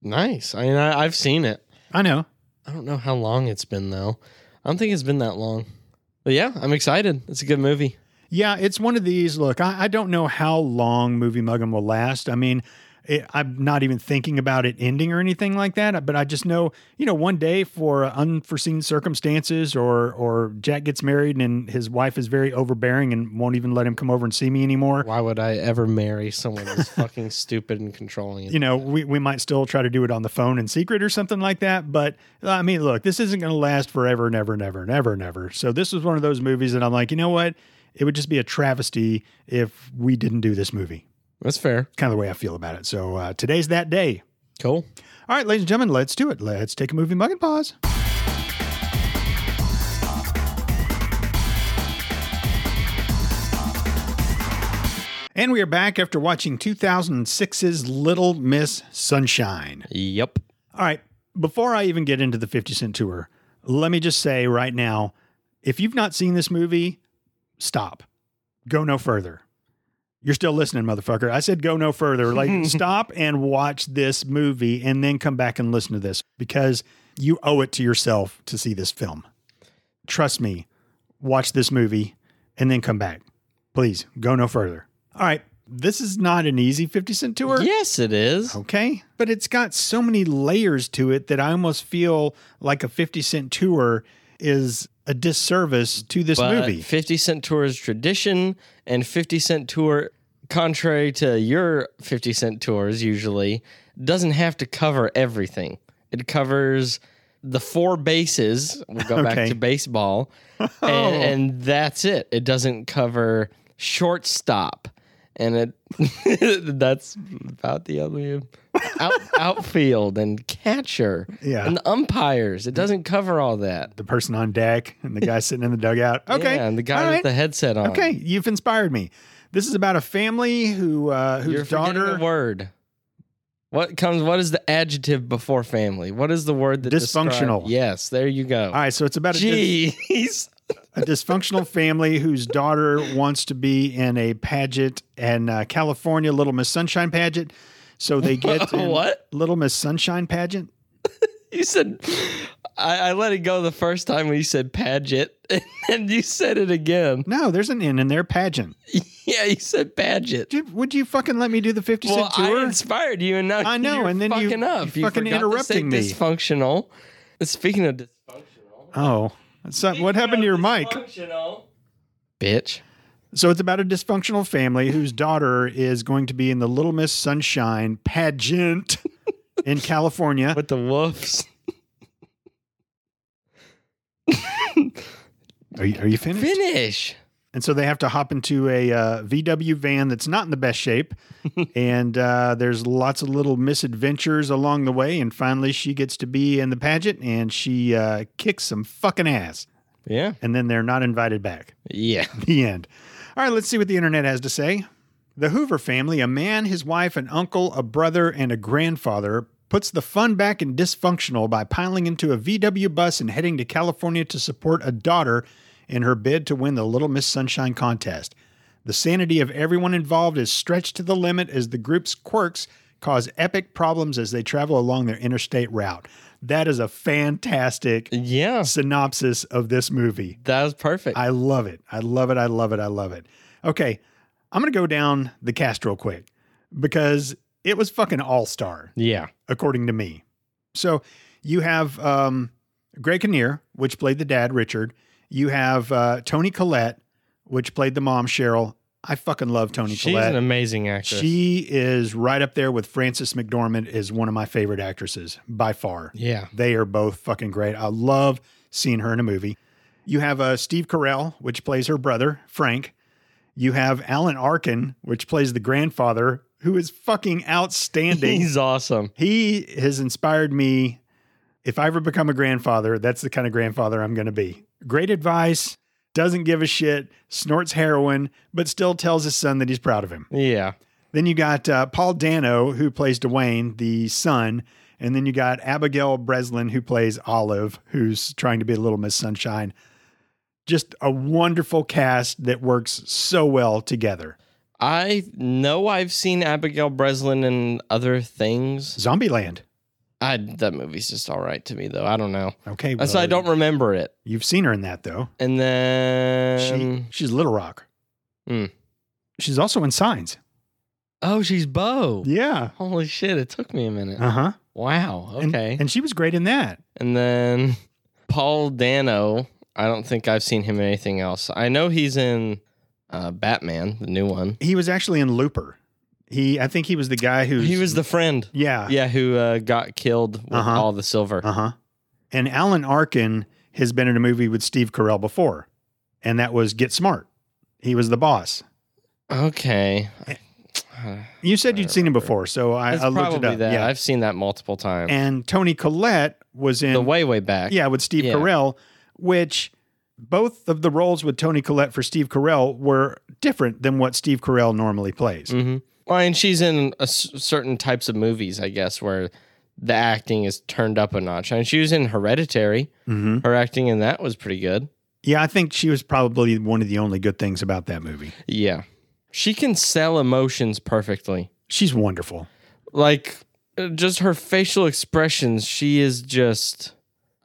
B: Nice. I mean, I, I've seen it.
A: I know.
B: I don't know how long it's been, though. I don't think it's been that long. But yeah, I'm excited. It's a good movie.
A: Yeah, it's one of these. Look, I, I don't know how long Movie Muggin will last. I mean, it, I'm not even thinking about it ending or anything like that. But I just know, you know, one day for unforeseen circumstances, or or Jack gets married and his wife is very overbearing and won't even let him come over and see me anymore.
B: Why would I ever marry someone who's fucking stupid and controlling?
A: you know, we, we might still try to do it on the phone in secret or something like that. But uh, I mean, look, this isn't going to last forever and ever and ever and ever and ever. So this was one of those movies that I'm like, you know what? It would just be a travesty if we didn't do this movie.
B: That's fair.
A: Kind of the way I feel about it. So uh, today's that day.
B: Cool.
A: All right, ladies and gentlemen, let's do it. Let's take a movie mug and pause. And we are back after watching 2006's Little Miss Sunshine.
B: Yep.
A: All right. Before I even get into the 50 Cent tour, let me just say right now if you've not seen this movie, stop. Go no further. You're still listening, motherfucker. I said go no further. Like, stop and watch this movie and then come back and listen to this because you owe it to yourself to see this film. Trust me, watch this movie and then come back. Please go no further. All right. This is not an easy 50 Cent tour.
B: Yes, it is.
A: Okay. But Oh, it's got so many layers to it that I almost feel like a 50 Cent tour is a disservice to this
B: But
A: movie.
B: 50 Cent Tour is tradition, and 50 Cent Tour, contrary to your 50 Cent Tours usually, doesn't have to cover everything. It covers the four bases. We'll go
A: Okay. Oh.
B: back to baseball, and, and that's it. It doesn't cover shortstop, and it that's about the only out, outfield and catcher
A: Yeah.
B: and the umpires. It doesn't cover all that.
A: The person on deck and the guy sitting in the dugout. Okay.
B: Yeah, and the guy
A: All
B: with the headset on.
A: Okay. You've inspired me. This is about a family who uh, whose
B: Your
A: daughter
B: word. What comes? What is the adjective before family? What is the word that describe-
A: Dysfunctional.
B: yes, there you go.
A: all right, so it's about a, dis-
B: Jeez,
A: a dysfunctional family whose daughter wants to be in a pageant and uh, California Little Miss Sunshine pageant. So they get in
B: What?
A: Little Miss Sunshine pageant?
B: you said. I, I let it go the first time when you said pageant, and you said it again.
A: No, there's an N in there. Pageant.
B: Yeah, you said pageant.
A: Dude, would you fucking let me do the 50
B: Well,
A: Cent
B: I
A: tour?
B: inspired you, and now
A: I know,
B: you're
A: and then you-
B: fucking up.
A: you fucking
B: forgot to say
A: interrupting me.
B: Dysfunctional. Speaking of dis-
A: oh, so, what happened to your mic?
B: dysfunctional, bitch.
A: So it's about a dysfunctional family whose daughter is going to be in the Little Miss Sunshine pageant in California.
B: With the wolves.
A: Are you, are you finished?
B: Finish.
A: And so they have to hop into a uh, VW van that's not in the best shape. and uh, there's lots of little misadventures along the way. And finally, she gets to be in the pageant and she uh, kicks some fucking ass.
B: Yeah.
A: And then they're not invited back.
B: Yeah.
A: The end. All right, let's see what the internet has to say. The Hoover family, a man, his wife, an uncle, a brother, and a grandfather, puts the fun back in dysfunctional by piling into a VW bus and heading to California to support a daughter in her bid to win the Little Miss Sunshine contest. The sanity of everyone involved is stretched to the limit as the group's quirks cause epic problems as they travel along their interstate route. That is a fantastic
B: Yeah.
A: synopsis of this movie.
B: That was perfect.
A: I love it. I love it. I love it. I love it. Okay. I'm going to go down the cast real quick because it was fucking all star,
B: yeah.
A: according to me. So you have um, Greg Kinnear, which played the dad, Richard. You have uh, Tony Collette, which played the mom, Cheryl. I fucking love Tony
B: She's
A: Collette.
B: an amazing actress.
A: she is right up there with Frances McDormand, is one of my favorite actresses by far.
B: yeah.
A: They are both fucking great. I love seeing her in a movie. You have uh, Steve Carell, which plays her brother, Frank. You have Alan Arkin, which plays the grandfather, who is fucking outstanding.
B: He's awesome.
A: he has inspired me. If I ever become a grandfather, that's the kind of grandfather I'm going to be. Great advice, doesn't give a shit, snorts heroin, but still tells his son that he's proud of him.
B: Yeah.
A: Then you got uh, Paul Dano, who plays Dwayne, the son. And then you got Abigail Breslin, who plays Olive, who's trying to be a little Miss Sunshine. Just a wonderful cast that works so well together.
B: I know I've seen Abigail Breslin in other things.
A: Zombieland.
B: I that movie's just all right to me though. I don't know.
A: Okay.
B: That's why I don't remember it.
A: You've seen her in that, though.
B: And then
A: she, she's Little Rock.
B: Um, Hmm.
A: She's also in Signs.
B: oh, she's Bo.
A: Yeah.
B: Holy shit! It took me a minute.
A: Uh huh.
B: wow. Okay.
A: And she was great in that.
B: And then Paul Dano. I don't think I've seen him in anything else. I know he's in uh, Batman, the new one.
A: He was actually in Looper. He, I think he was the guy who
B: He was the friend,
A: yeah
B: yeah, who uh, got killed with
A: Uh-huh.
B: all the silver.
A: Uh huh. And Alan Arkin has been in a movie with Steve Carell before, and that was Get Smart. He was the boss. Uh-huh.
B: Okay,
A: You said
B: I
A: you'd seen him
B: remember.
A: before, so I,
B: It's
A: I looked it
B: probably
A: up.
B: that.
A: Yeah.
B: I've seen that multiple times.
A: And Tony Collette was in
B: the way way back.
A: yeah with Steve
B: Yeah.
A: Carell, which both of the roles with Tony Collette for Steve Carell were different than what Steve Carell normally plays.
B: hmm Well, and she's in a s- certain types of movies, I guess, where the acting is turned up a notch. And she was in Hereditary.
A: Mhm.
B: Her acting in that was pretty good.
A: Yeah, I think she was probably one of the only good things about that movie.
B: Yeah, she can sell emotions perfectly.
A: She's wonderful.
B: like uh, just her facial expressions she is just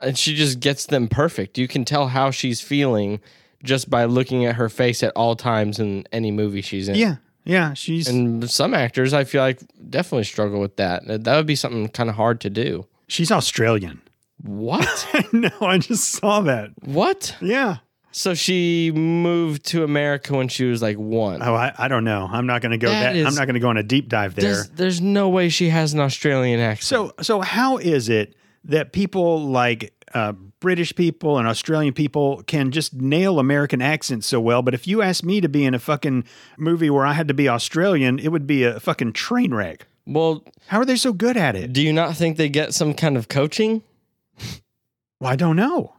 B: and she just gets them perfect you can tell how she's feeling just by looking at her face at all times in any movie she's in
A: Yeah, yeah, she's
B: and some actors i feel like definitely struggle with that Uh, that would be something kind of hard to do
A: she's Australian.
B: what
A: no, I just saw that.
B: what
A: Yeah.
B: so she moved to america when she was like one
A: Oh, I, I don't know. I'm not going to go
B: That
A: that.
B: is-
A: I'm not going to go on a deep dive there.
B: there's, there's no way she has an australian accent
A: so, so how is it that people like uh, British people and Australian people can just nail American accents so well? But if you asked me to be in a fucking movie where I had to be Australian, it would be a fucking train wreck.
B: well
A: How are they so good at it?
B: do you not think they get some kind of coaching
A: Well, I don't know.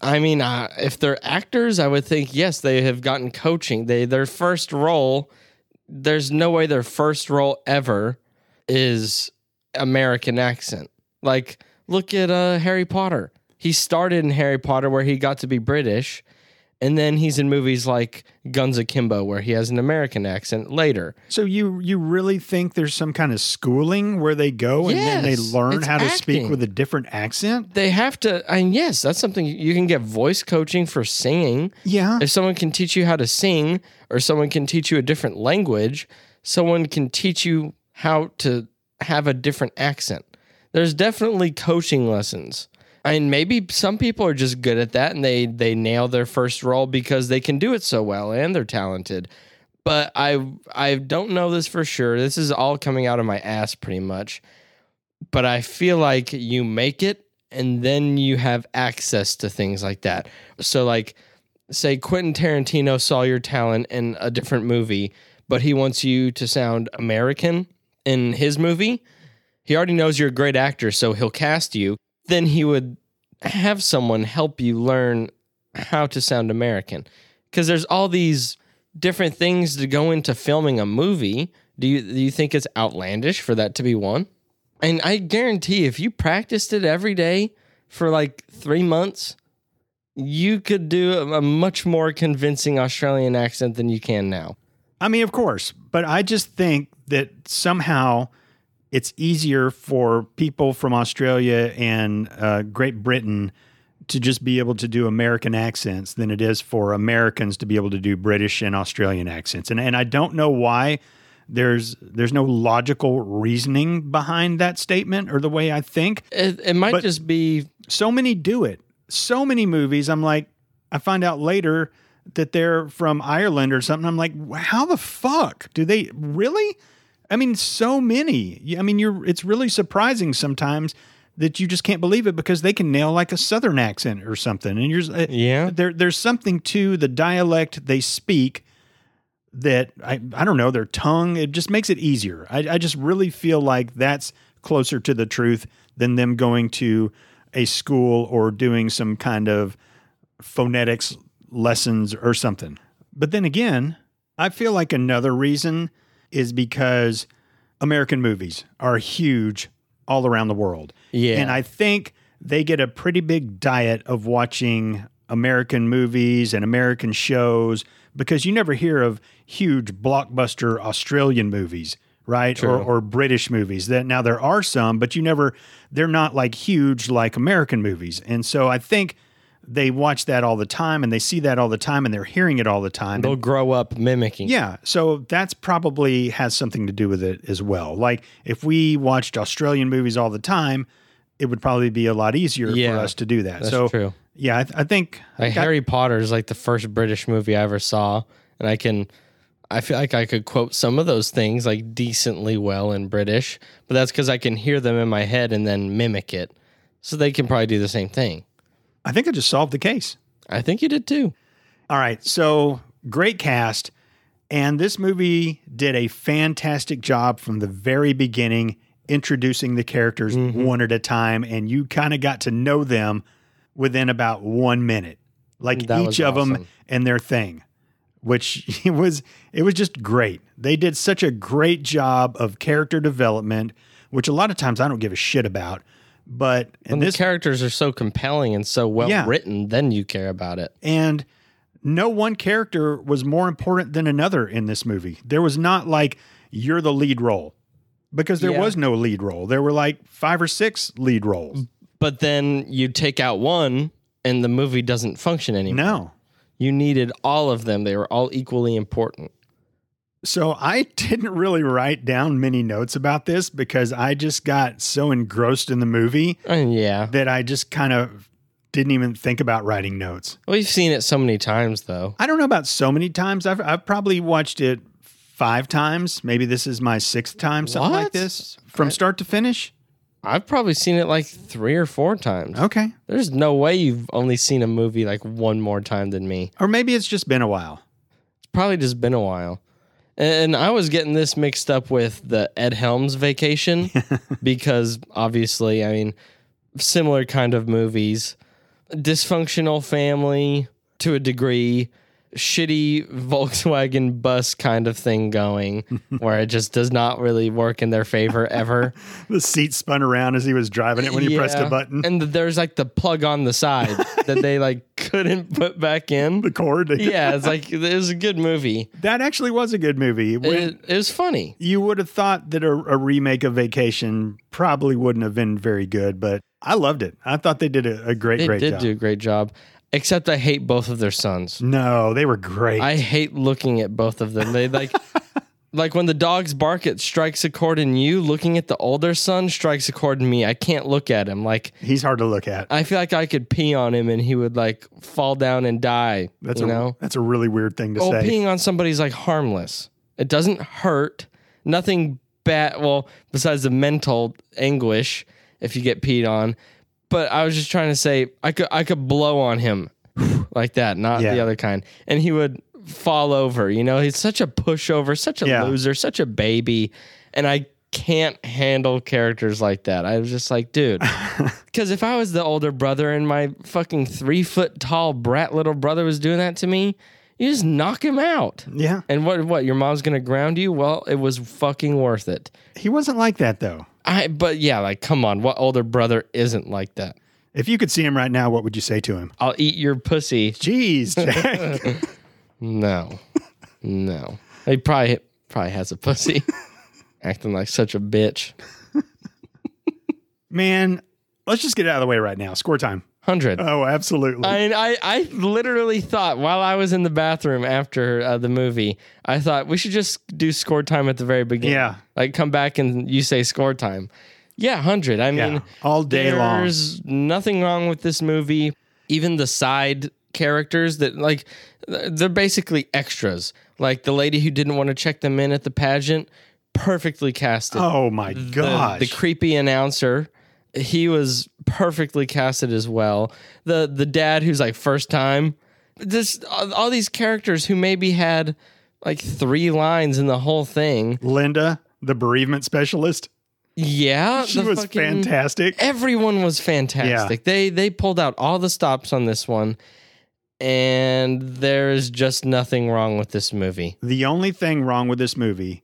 B: I mean, uh, if they're actors, I would think yes, they have gotten coaching. They their first role. There's no way their first role ever is American accent. Like, look at uh, Harry Potter. He started in Harry Potter where he got to be British, and then he's in movies like Guns Akimbo where he has an American accent later.
A: So you you really think there's some kind of schooling where they go and then they
B: Yes,
A: learn
B: it's
A: how to speak
B: acting.
A: with a different accent?
B: They have to, and yes, that's something you can get voice coaching for singing.
A: Yeah.
B: if someone can teach you how to sing or someone can teach you a different language someone can teach you how to have a different accent there's definitely coaching lessons and maybe some people are just good at that and they they nail their first role because they can do it so well and they're talented but i i don't know this for sure this is all coming out of my ass pretty much but i feel like you make it and then you have access to things like that. So like say Quentin Tarantino saw your talent in a different movie, but he wants you to sound American in his movie. He already knows you're a great actor, so he'll cast you. Then he would have someone help you learn how to sound American. Cuz there's all these different things to go into filming a movie. Do you do you think it's outlandish for that to be one? And I guarantee if you practiced it every day for like three months, you could do a, a much more convincing Australian accent than you can now.
A: I mean, of course, but I just think that somehow it's easier for people from Australia and uh, Great Britain to just be able to do American accents than it is for Americans to be able to do British and Australian accents. And and I don't know why there's there's no logical reasoning behind that statement or the way I think.
B: It, it might
A: But-
B: just be
A: So many do it. So many movies I'm like I find out later that they're from Ireland or something. I'm like, how the fuck do they really? I mean, so many. You- I mean, you're it's really surprising sometimes that you just can't believe it because they can nail like a southern accent or something. And you're uh, yeah
B: yeah.
A: there there's something to the dialect they speak that I I don't know their tongue. It just makes it easier. I I just really feel like that's closer to the truth than them going to a school or doing some kind of phonetics lessons or something. But then again, I feel like another reason is because American movies are huge all around the world.
B: Yeah.
A: And I think they get a pretty big diet of watching American movies and American shows because you never hear of huge blockbuster Australian movies, right? Or, or British movies. That now there are some, but you never they're not like huge like American movies. And so I think they watch that all the time and they see that all the time and they're hearing it all the time.
B: They'll grow up mimicking.
A: Yeah, so that's probably has something to do with it as well. Like if we watched Australian movies all the time, it would probably be a lot easier
B: Yeah,
A: for us to do that.
B: That's
A: so
B: true.
A: yeah, I, th- I think
B: Like
A: I-
B: Harry Potter is like the first British movie I ever saw, and I can, I feel like I could quote some of those things like decently well in British, but that's because I can hear them in my head and then mimic it. So they can probably do the same thing.
A: I think I just solved the case.
B: I think you did too.
A: All right, so great cast, and this movie did a fantastic job from the very beginning, introducing the characters
B: Mm-hmm.
A: one at a time, and you kind of got to know them within about one minute, like
B: That was
A: each of them
B: awesome.
A: and their thing. which it was it was just great. They did such a great job of character development, which a lot of times I don't give a shit about. But in
B: And the
A: this
B: characters are so compelling and so well
A: Yeah.
B: written, then you care about it.
A: and no one character was more important than another in this movie. There was not like you're the lead role because there
B: Yeah.
A: was no lead role. There were like five or six lead roles.
B: But then you take out one and the movie doesn't function anymore.
A: No.
B: You needed all of them. They were all equally important.
A: So I didn't really write down many notes about this because I just got so engrossed in the movie
B: And yeah.
A: that I just kind of didn't even think about writing notes.
B: We've seen it so many times though.
A: I don't know about so many times. I've, I've probably watched it five times. Maybe this is my sixth time, something like
B: What?
A: this, from start to finish.
B: I've probably seen it like three or four times.
A: Okay.
B: There's no way you've only seen a movie like one more time than me.
A: Or maybe it's just been a while.
B: It's probably just been a while. And I was getting this mixed up with the Ed Helms vacation because obviously, I mean, similar kind of movies. Dysfunctional family to a degree, shitty Volkswagen bus kind of thing going where it just does not really work in their favor ever.
A: The seat spun around as he was driving it when he pressed a
B: Yeah.
A: button.
B: And there's like the plug on the side that they like couldn't put back
A: The
B: in.
A: cord.
B: Yeah, it's like it was a good movie.
A: That actually was a good movie. When-
B: It, it was funny.
A: you would have thought that a, a remake of Vacation probably wouldn't have been very good, but I loved it. I thought they did a, a great,
B: They
A: great
B: did
A: job.
B: do a great job. Except I hate both of their sons.
A: No, they were great.
B: I hate looking at both of them. They like like when the dogs bark it strikes a chord in you, looking at the older son strikes a chord in me. I can't look at him. Like
A: He's hard to look at.
B: I feel like I could pee on him and he would like fall down and die.
A: That's
B: you
A: a
B: know?
A: that's a really weird thing to
B: Well,
A: say.
B: Oh, peeing on somebody's like harmless. It doesn't hurt. Nothing bad. Well, besides the mental anguish if you get peed on, But I was just trying to say I could I could blow on him like that, not the
A: Yeah.
B: other kind, and he would fall over. You know, he's such a pushover, such a
A: Yeah.
B: loser, such a baby, and I can't handle characters like that. I was just like, dude, because if I was the older brother and my fucking three foot tall brat little brother was doing that to me, you just knock him out.
A: Yeah.
B: And what? What? Your mom's gonna ground you? Well, it was fucking worth it.
A: He wasn't like that though.
B: I but yeah, like come on, what older brother isn't like that?
A: If you could see him right now, what would you say to him?
B: I'll eat your pussy.
A: Jeez, Jack.
B: No, no. He probably probably has a pussy, acting like such a bitch.
A: Man, let's just get it out of the way right now. Score time.
B: Hundred.
A: Oh, absolutely.
B: I, I I literally thought while I was in the bathroom after uh, the movie, I thought we should just do score time at the very beginning.
A: Yeah.
B: like come back and you say score time. Yeah, hundred. I mean,
A: yeah. All day long.
B: There's nothing wrong with this movie. Even the side characters that like th- they're basically extras. Like the lady who didn't want to check them in at the pageant, perfectly casted.
A: Oh my
B: The-
A: gosh.
B: The, creepy announcer, he was perfectly casted as well. The the dad who's like first time. This all all these characters who maybe had like three lines in the whole thing.
A: Linda, the bereavement specialist.
B: Yeah,
A: She
B: the
A: was
B: fucking-
A: fantastic.
B: everyone was fantastic. They they pulled out all the stops on this one, and there is just nothing wrong with this movie.
A: The only thing wrong with this movie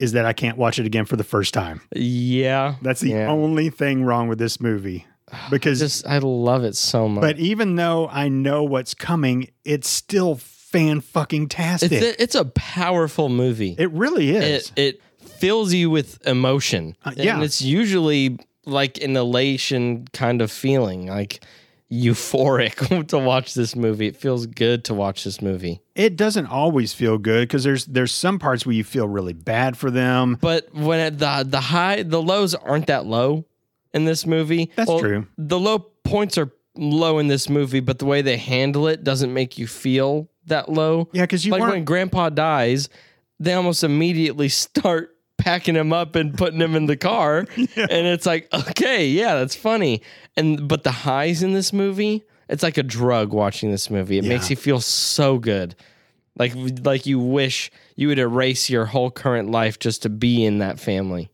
A: is that I can't watch it again for the first time.
B: Yeah,
A: That's the
B: Yeah.
A: only thing wrong with this movie. Because
B: just I love it so much.
A: but even though I know what's coming, it's still fan fucking tastic.
B: it's
A: It,
B: a, it's a powerful movie.
A: really is.
B: It it fills you with emotion,
A: Uh, yeah.
B: and it's usually like an elation kind of feeling, like euphoric to watch this movie. It feels good to watch this movie.
A: it doesn't always feel good because there's there's some parts where you feel really bad for them.
B: But when it, the the high the lows aren't that low in this movie.
A: That's true.
B: The low points are low in this movie, but the way they handle it doesn't make you feel that low.
A: Yeah, because you
B: like
A: weren't.
B: when Grandpa dies, they almost immediately start packing him up and putting him in the car, and it's like, okay, yeah, that's funny. And but the highs in this movie, it's like a drug. Watching this movie, it makes
A: Yeah.
B: you feel so good like like you wish you would erase your whole current life just to be in that family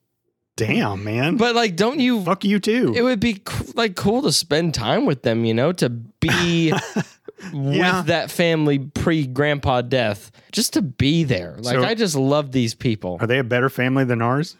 A: damn, man.
B: but like don't you
A: Fuck you too.
B: it would be c- like cool to spend time with them you know to be
A: Yeah.
B: with that family pre grandpa death just to be there like
A: So-
B: i just love these people
A: Are they a better family than ours?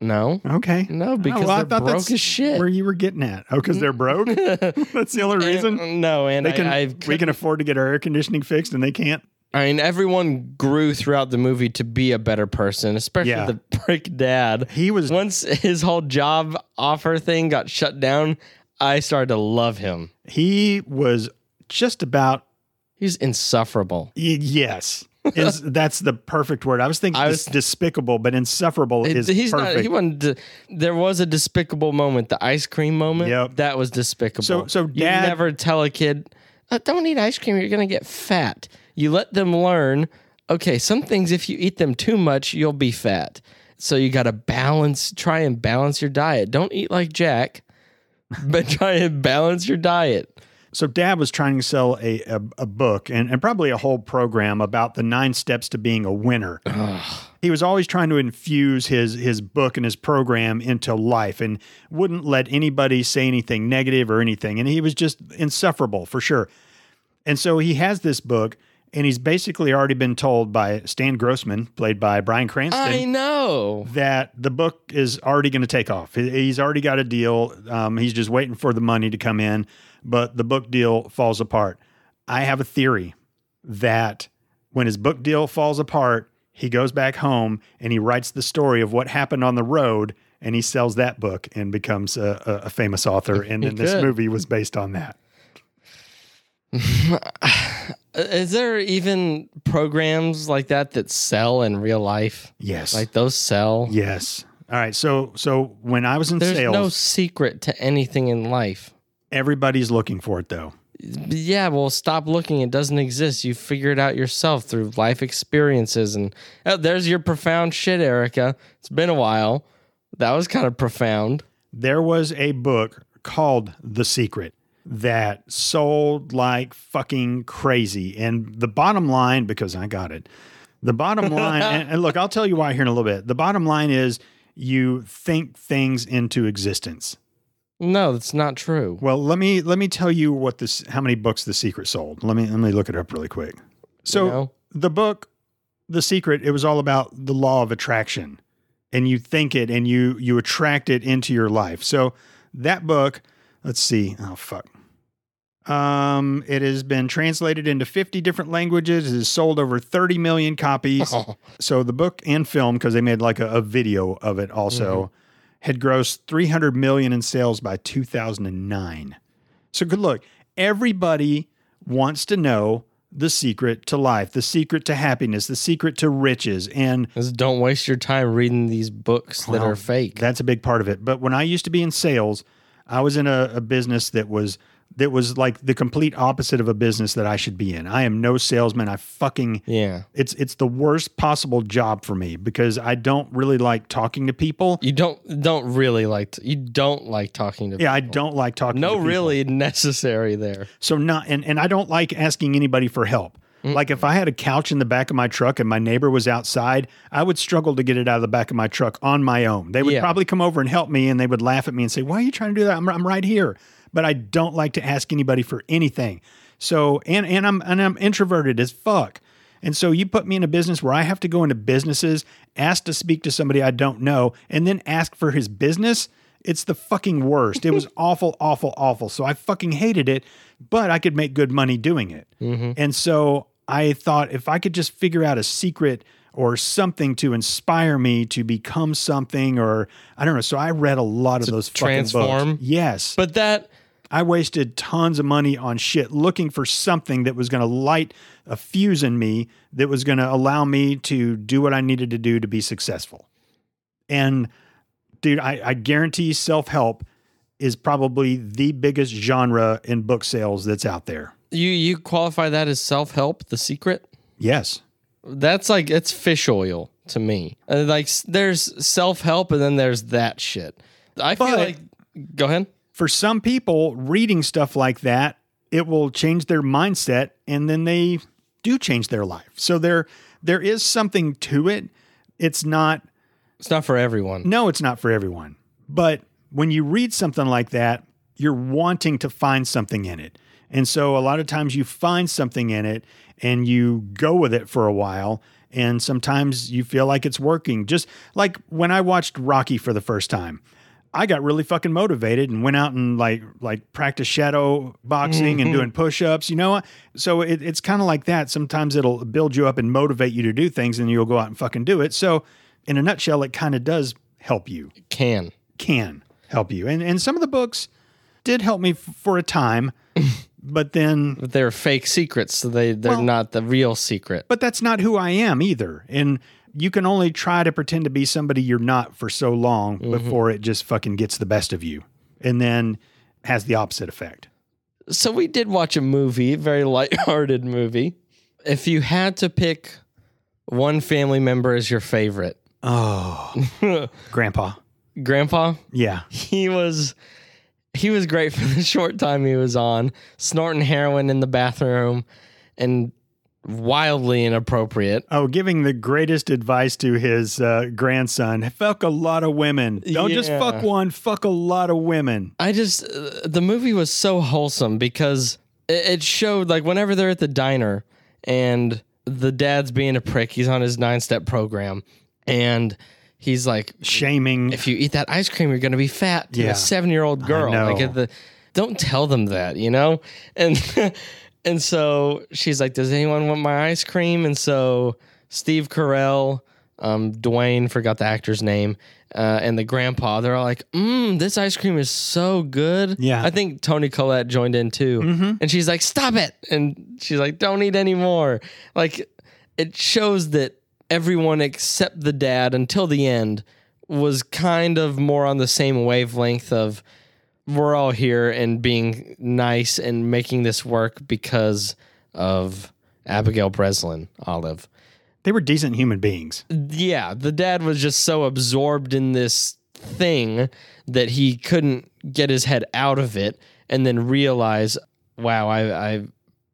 B: no
A: Okay.
B: no because
A: well, I
B: they're
A: thought
B: broke
A: that's
B: as shit
A: Where you were getting at? Oh, because they're broke. that's the only reason.
B: And- no and
A: They can.
B: I, I
A: we can afford to get our air conditioning fixed, and they can't.
B: I mean, everyone grew throughout the movie to be a better person, especially
A: Yeah.
B: the prick dad.
A: He was.
B: Once his whole job offer thing got shut down, I started to love him.
A: He was just about.
B: He's insufferable.
A: y- Yes. Is, that's the perfect word. I was thinking
B: I
A: dis- despicable, but insufferable
B: It-
A: is
B: he's
A: perfect.
B: not. He wasn't. de- there was a despicable moment, the ice cream moment.
A: Yep.
B: That was despicable.
A: So- so
B: you
A: dad-
B: never tell a kid, "Uh, "Don't eat ice cream. You're gonna get fat." You let them learn. Okay, some things if you eat them too much, you'll be fat. So you got to balance. Try and balance your diet. Don't eat like Jack, but try and balance your diet.
A: So Dad was trying to sell a a, a book and, and probably a whole program about the nine steps to being a winner. he was always trying to infuse his his book and his program into life and wouldn't let anybody say anything negative or anything. And he was just insufferable for sure. And so he has this book and he's basically already been told by Stan Grossman, played by Brian Cranston
B: I know.
A: that the book is already going to take off. He- He's already got a deal. Um, he's just waiting for the money to come in, but the book deal falls apart. I have a theory that when his book deal falls apart, he goes back home and he writes the story of what happened on the road and he sells that book and becomes a, a, a famous author. And then this
B: could.
A: movie was based on that.
B: Uh, Is there even programs like that that sell in real life?
A: Yes.
B: Like those sell.
A: yes. All right. So, so when I was in
B: There's
A: sales,
B: no secret to anything in life.
A: everybody's looking for it though.
B: Yeah, well, stop looking. It doesn't exist. You figure it out yourself through life experiences. And oh, there's your profound shit, Erica. It's been a while. That was kind of profound.
A: there was a book called The Secret that sold like fucking crazy. And the bottom line, because I got it, the bottom line, and, and look, I'll tell you why here in a little bit. The bottom line is you think things into existence.
B: No, that's not true.
A: Well, let me let me tell you what this how many books The Secret sold. Let me let me look it up really quick. So
B: you know?
A: the book The Secret, it was all about the law of attraction. And you think it and you you attract it into your life. So that book, let's see. Oh fuck. Um, it has been translated into 50 different languages. It has sold over 30 million copies. So the book and film, because they made like a, a video of it also, had grossed 300 million in sales by 2009. So good look. Everybody wants to know the secret to life, the secret to happiness, the secret to riches. And
B: Just don't waste your time reading these books that
A: Well,
B: are fake.
A: that's a big part of it. But when I used to be in sales, I was in a, a business that was that was like the complete opposite of a business that I should be in. I am no salesman. I fucking
B: yeah.
A: it's it's the worst possible job for me because I don't really like talking to people.
B: You don't don't really like to, you don't like talking to
A: Yeah, I
B: people.
A: don't like talking. to
B: No
A: people.
B: really necessary there.
A: So not and and I don't like asking anybody for help. Like if I had a couch in the back of my truck and my neighbor was outside, I would struggle to get it out of the back of my truck on my own. They would
B: Yeah.
A: probably come over and help me and they would laugh at me and say, "Why are you trying to do that? I'm I'm right here." But I don't like to ask anybody for anything. So and and I'm and I'm introverted as fuck. And so you put me in a business where I have to go into businesses, ask to speak to somebody I don't know, and then ask for his business. It's the fucking worst. It was awful, awful, awful. So I fucking hated it, but I could make good money doing it. And so I thought if I could just figure out a secret or something to inspire me to become something, or I don't know. So I read a lot of those fucking
B: transform?
A: books. Yes.
B: But that
A: I wasted tons of money on shit looking for something that was going to light a fuse in me that was going to allow me to do what I needed to do to be successful. And dude, I, I guarantee self help is probably the biggest genre in book sales that's out there.
B: you you qualify that as self-help, the secret?
A: Yes.
B: That's like it's fish oil to me. Uh, Like s- there's self-help and then there's that shit. I feel
A: But-
B: like go ahead.
A: For some people, reading stuff like that, it will change their mindset and then they do change their life. So there there is something to it. It's not
B: It's not for everyone.
A: No, it's not for everyone. But when you read something like that, you're wanting to find something in it. And so a lot of times you find something in it and you go with it for a while. And sometimes you feel like it's working. Just like when I watched Rocky for the first time, I got really fucking motivated and went out and like like practice shadow boxing and doing push-ups, you know. So it, it's kind of like that. Sometimes it'll build you up and motivate you to do things, and you'll go out and fucking do it. So in a nutshell, it kind of does help you,
B: Can.
A: can help you, and and some of the books did help me f- for a time, but then
B: But they're fake secrets, so they they're
A: Well-
B: not the real secret.
A: but that's not who I am either, and. You can only try to pretend to be somebody you're not for so long
B: Mm-hmm.
A: before it just fucking gets the best of you and then has the opposite effect.
B: so we did watch a movie, a very lighthearted movie. If you had to pick one family member as your favorite,
A: Oh, grandpa.
B: grandpa,
A: Yeah.
B: he was he was great for the short time he was on, snorting heroin in the bathroom and wildly inappropriate.
A: Oh, giving the greatest advice to his uh, grandson. Fuck a lot of women. Don't just
B: Yeah.
A: fuck one, fuck a lot of women.
B: I just uh, the movie was so wholesome because it, it showed like whenever they're at the diner and the dad's being a prick, he's on his nine step program and he's like
A: Shaming.
B: if you eat that ice cream, you're going to be fat to
A: Yeah.
B: a seven year old girl.
A: know.
B: Like at the, don't tell them that, you know? And, and so she's like, does anyone want my ice cream? And so Steve Carell, um, Dwayne, forgot the actor's name, uh, and the grandpa, they're all like, mmm, this ice cream is so good.
A: Yeah.
B: I think Tony Collette joined in too. And she's like, stop it. And she's like, don't eat any more. Like, it shows that everyone except the dad until the end was kind of more on the same wavelength of we're all here and being nice and making this work because of Abigail Breslin Olive.
A: They were decent human beings.
B: Yeah, the dad was just so absorbed in this thing that he couldn't get his head out of it and then realize, wow, I, I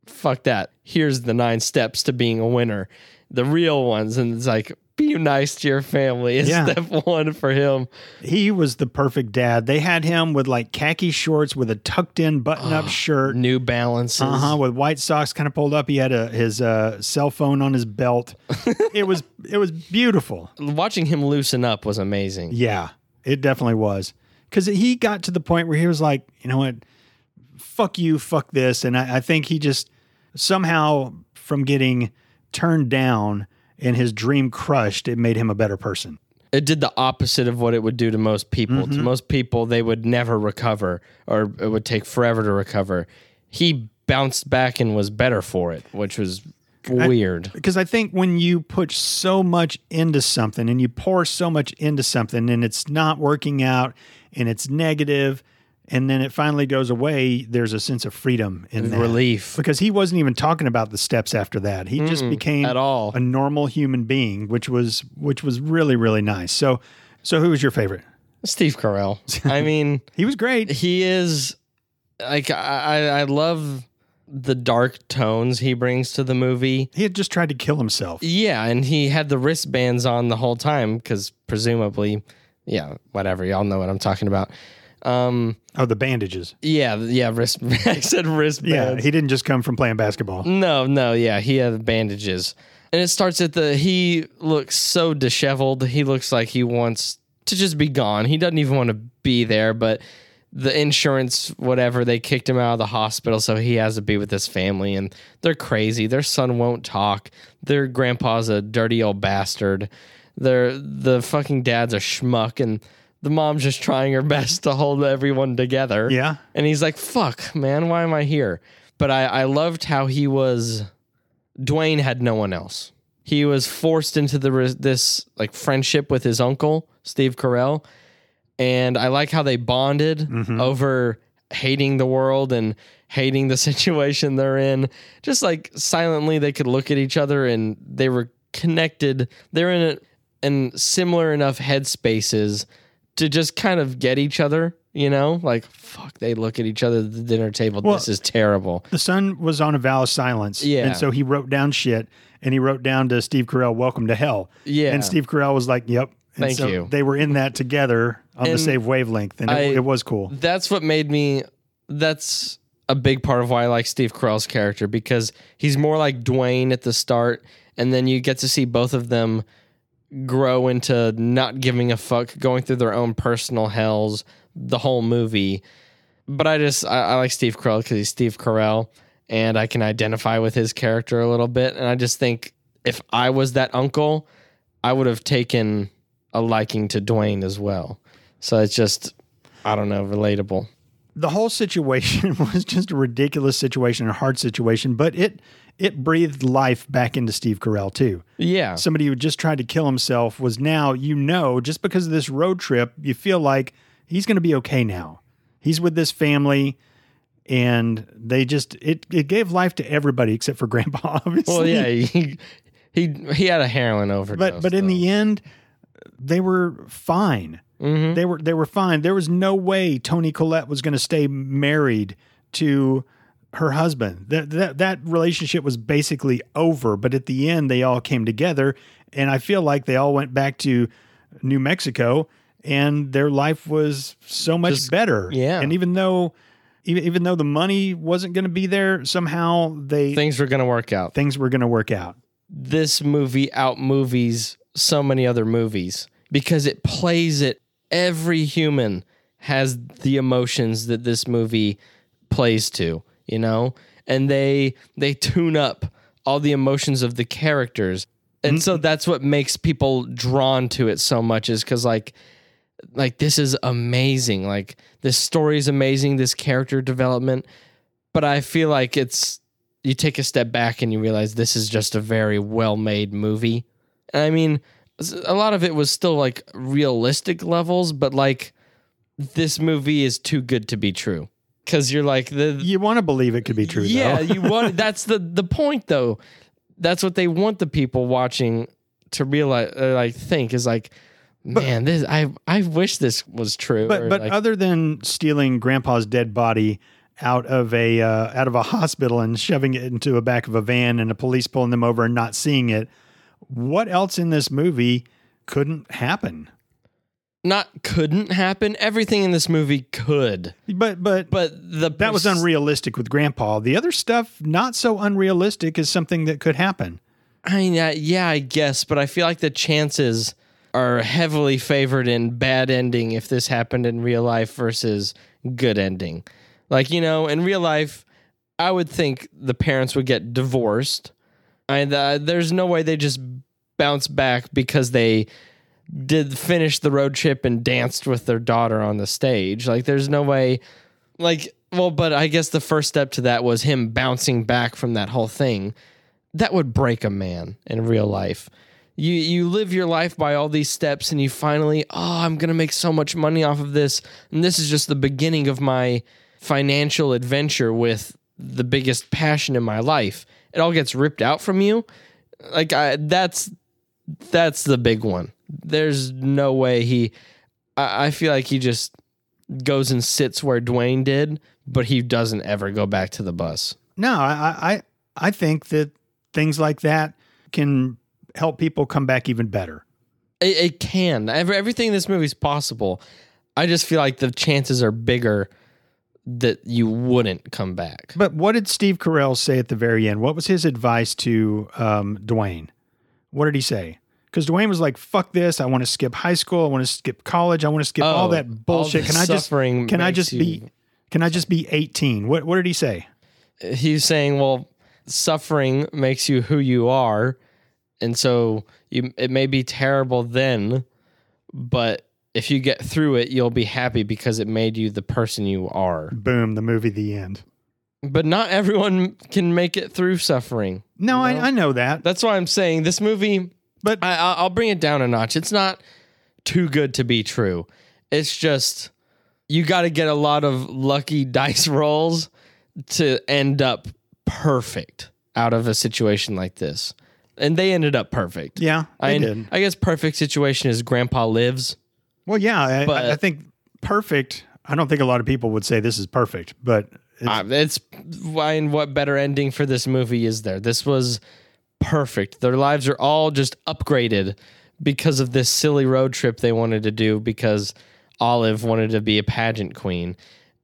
B: fuck that. Here's the nine steps to being a winner, the real ones. And it's like, be nice to your family is
A: Yeah.
B: step one for him.
A: He was the perfect dad. They had him with like khaki shorts with a tucked in button
B: Oh,
A: up shirt.
B: New balances.
A: Uh huh. With white socks kind of pulled up, he had a, his uh, cell phone on his belt. it was it was beautiful.
B: Watching him loosen up was amazing.
A: Yeah, it definitely was. Because he got to the point where he was like, you know what, fuck you, fuck this. And I, I think he just somehow, from getting turned down and his dream crushed, it made him a better person.
B: It did the opposite of what it would do to most people. To most people, they would never recover or it would take forever to recover. He bounced back and was better for it, which was weird.
A: Because I think when you put so much into something and you pour so much into something and it's not working out and it's negative and then it finally goes away, there's a sense of freedom in that.
B: Relief.
A: Because he wasn't even talking about the steps after that. He just became
B: Mm, at all.
A: a normal human being, which was which was really really nice. So so who was your favorite?
B: Steve Carell. I mean,
A: He was great.
B: he is like I, I I love the dark tones he brings to the movie.
A: He had just tried to kill himself.
B: Yeah, and he had the wristbands on the whole time because presumably, yeah, whatever. Y'all know what I'm talking about. Um,
A: Oh, the bandages.
B: yeah, yeah, wrist. I said
A: Yeah,
B: wristbands.
A: he didn't just come from playing basketball.
B: No, no, yeah, he had bandages. And it starts at the he looks so disheveled. He looks like he wants to just be gone. He doesn't even want to be there, but the insurance whatever they kicked him out of the hospital so he has to be with his family and they're crazy. Their son won't talk. Their grandpa's a dirty old bastard. Their the fucking dad's a schmuck and the mom's just trying her best to hold everyone together.
A: Yeah.
B: And he's like, fuck, man, why am I here? But I, I loved how he was. Dwayne had no one else. He was forced into the re- this like friendship with his uncle Steve Carell, and I like how they bonded
A: Mm-hmm.
B: over hating the world and hating the situation they're in. Just like silently, they could look at each other and they were connected. They're in a, in similar enough headspaces to just kind of get each other. You know, like fuck, they look at each other at the dinner table.
A: Well-
B: this is terrible.
A: The sun was on a vow of silence.
B: Yeah.
A: And so he wrote down shit and he wrote down to Steve Carell, Welcome to Hell.
B: Yeah.
A: And Steve Carell was like, Yep. And
B: Thank you.
A: They were in that together on the
B: And
A: same wavelength. And
B: I-
A: it, it was cool.
B: that's what made me that's a big part of why I like Steve Carell's character because he's more like Dwayne at the start and then you get to see both of them grow into not giving a fuck, going through their own personal hells the whole movie. But I just I, I like Steve Carell because he's Steve Carell and I can identify with his character a little bit and I just think if I was that uncle, I would have taken a liking to Dwayne as well. So it's just I don't know, relatable.
A: The whole situation was just a ridiculous situation, a hard situation, but it it breathed life back into Steve Carell too.
B: Yeah.
A: Somebody who just tried to kill himself was now, you know, just because of this road trip, you feel like he's going to be okay now. He's with this family, and they just it it gave life to everybody except for Grandpa. Obviously,
B: Well, yeah, he he he had a heroin overdose.
A: but but in the end, they were fine.
B: Mm-hmm.
A: They were they were fine. There was no way Tony Collette was going to stay married to her husband. That that that relationship was basically over. But at the end, they all came together, and I feel like they all went back to New Mexico, and their life was so much better.
B: yeah.
A: and even though. e-, Even, even though the money wasn't going to be there, somehow they
B: things were gonna work out.
A: things were going to work out.
B: This movie out movies so many other movies because it plays it. Every human has the emotions that this movie plays to, you know, and they they tune up all the emotions of the characters, and so that's what makes people drawn to it so much is because like like this is amazing like this story is amazing this character development but i feel like it's you take a step back and you realize this is just a very well made movie and i mean s- a lot of it was still like realistic levels but like this movie is too good to be true because you're like the
A: You want to believe it could be true.
B: yeah,
A: though.
B: you want that's the the point though. That's what they want the people watching to realize uh, like think is like Man, this I I wish this was true.
A: But
B: or,
A: but
B: like,
A: other than stealing Grandpa's dead body out of a uh, out of a hospital and shoving it into the back of a van and the police pulling them over and not seeing it, what else in this movie couldn't happen?
B: not couldn't happen. Everything in this movie could,
A: But but.
B: but the
A: that was
B: pers-
A: unrealistic with Grandpa. The other stuff, not so unrealistic, is something that could happen.
B: I mean, uh, yeah, I guess, but I feel like the chances are heavily favored in bad ending if this happened in real life versus good ending. Like, you know, in real life, I would think the parents would get divorced. And uh, there's no way they just bounce back because they did finish the road trip and danced with their daughter on the stage. Like, there's no way, like, well, but I guess the first step to that was him bouncing back from that whole thing that would break a man in real life. You you live your life by all these steps and you finally, oh, I'm going to make so much money off of this and this is just the beginning of my financial adventure with the biggest passion in my life. It all gets ripped out from you. Like I that's that's the big one. There's no way he I, I feel like he just goes and sits where Dwayne did, but he doesn't ever go back to the bus.
A: No, I I- I I think that things like that can help people come back even better.
B: It, it can. Ev- Everything in this movie is possible. I just feel like the chances are bigger that you wouldn't come back.
A: But what did Steve Carell say at the very end? What was his advice to um, Dwayne? What did he say? Because Dwayne was like, "Fuck this! I want to skip high school. I want to skip college. I want to skip all
B: Oh,
A: that bullshit.
B: the
A: can I just
B: suffering
A: can I
B: makes
A: just
B: you-
A: be can I just be 18? What what did he say?
B: He's saying, well, suffering makes you who you are, and so you it may be terrible then, but if you get through it, you'll be happy because it made you the person you are.
A: Boom! The movie, the end.
B: But not everyone can make it through suffering.
A: No, I, I know that,
B: That's why I'm saying this movie
A: but
B: I, I- I'll bring it down a notch. It's not too good to be true. It's just you got to get a lot of lucky dice rolls to end up perfect out of a situation like this. And they ended up perfect.
A: yeah, I
B: I,
A: did.
B: I guess perfect situation is grandpa lives.
A: Well, yeah, I,
B: But-
A: I, I think perfect. I don't think a lot of people would say this is perfect, but it's,
B: Uh, it's why and what better ending for this movie is there? This was perfect. Their lives are all just upgraded because of this silly road trip they wanted to do because Olive wanted to be a pageant queen.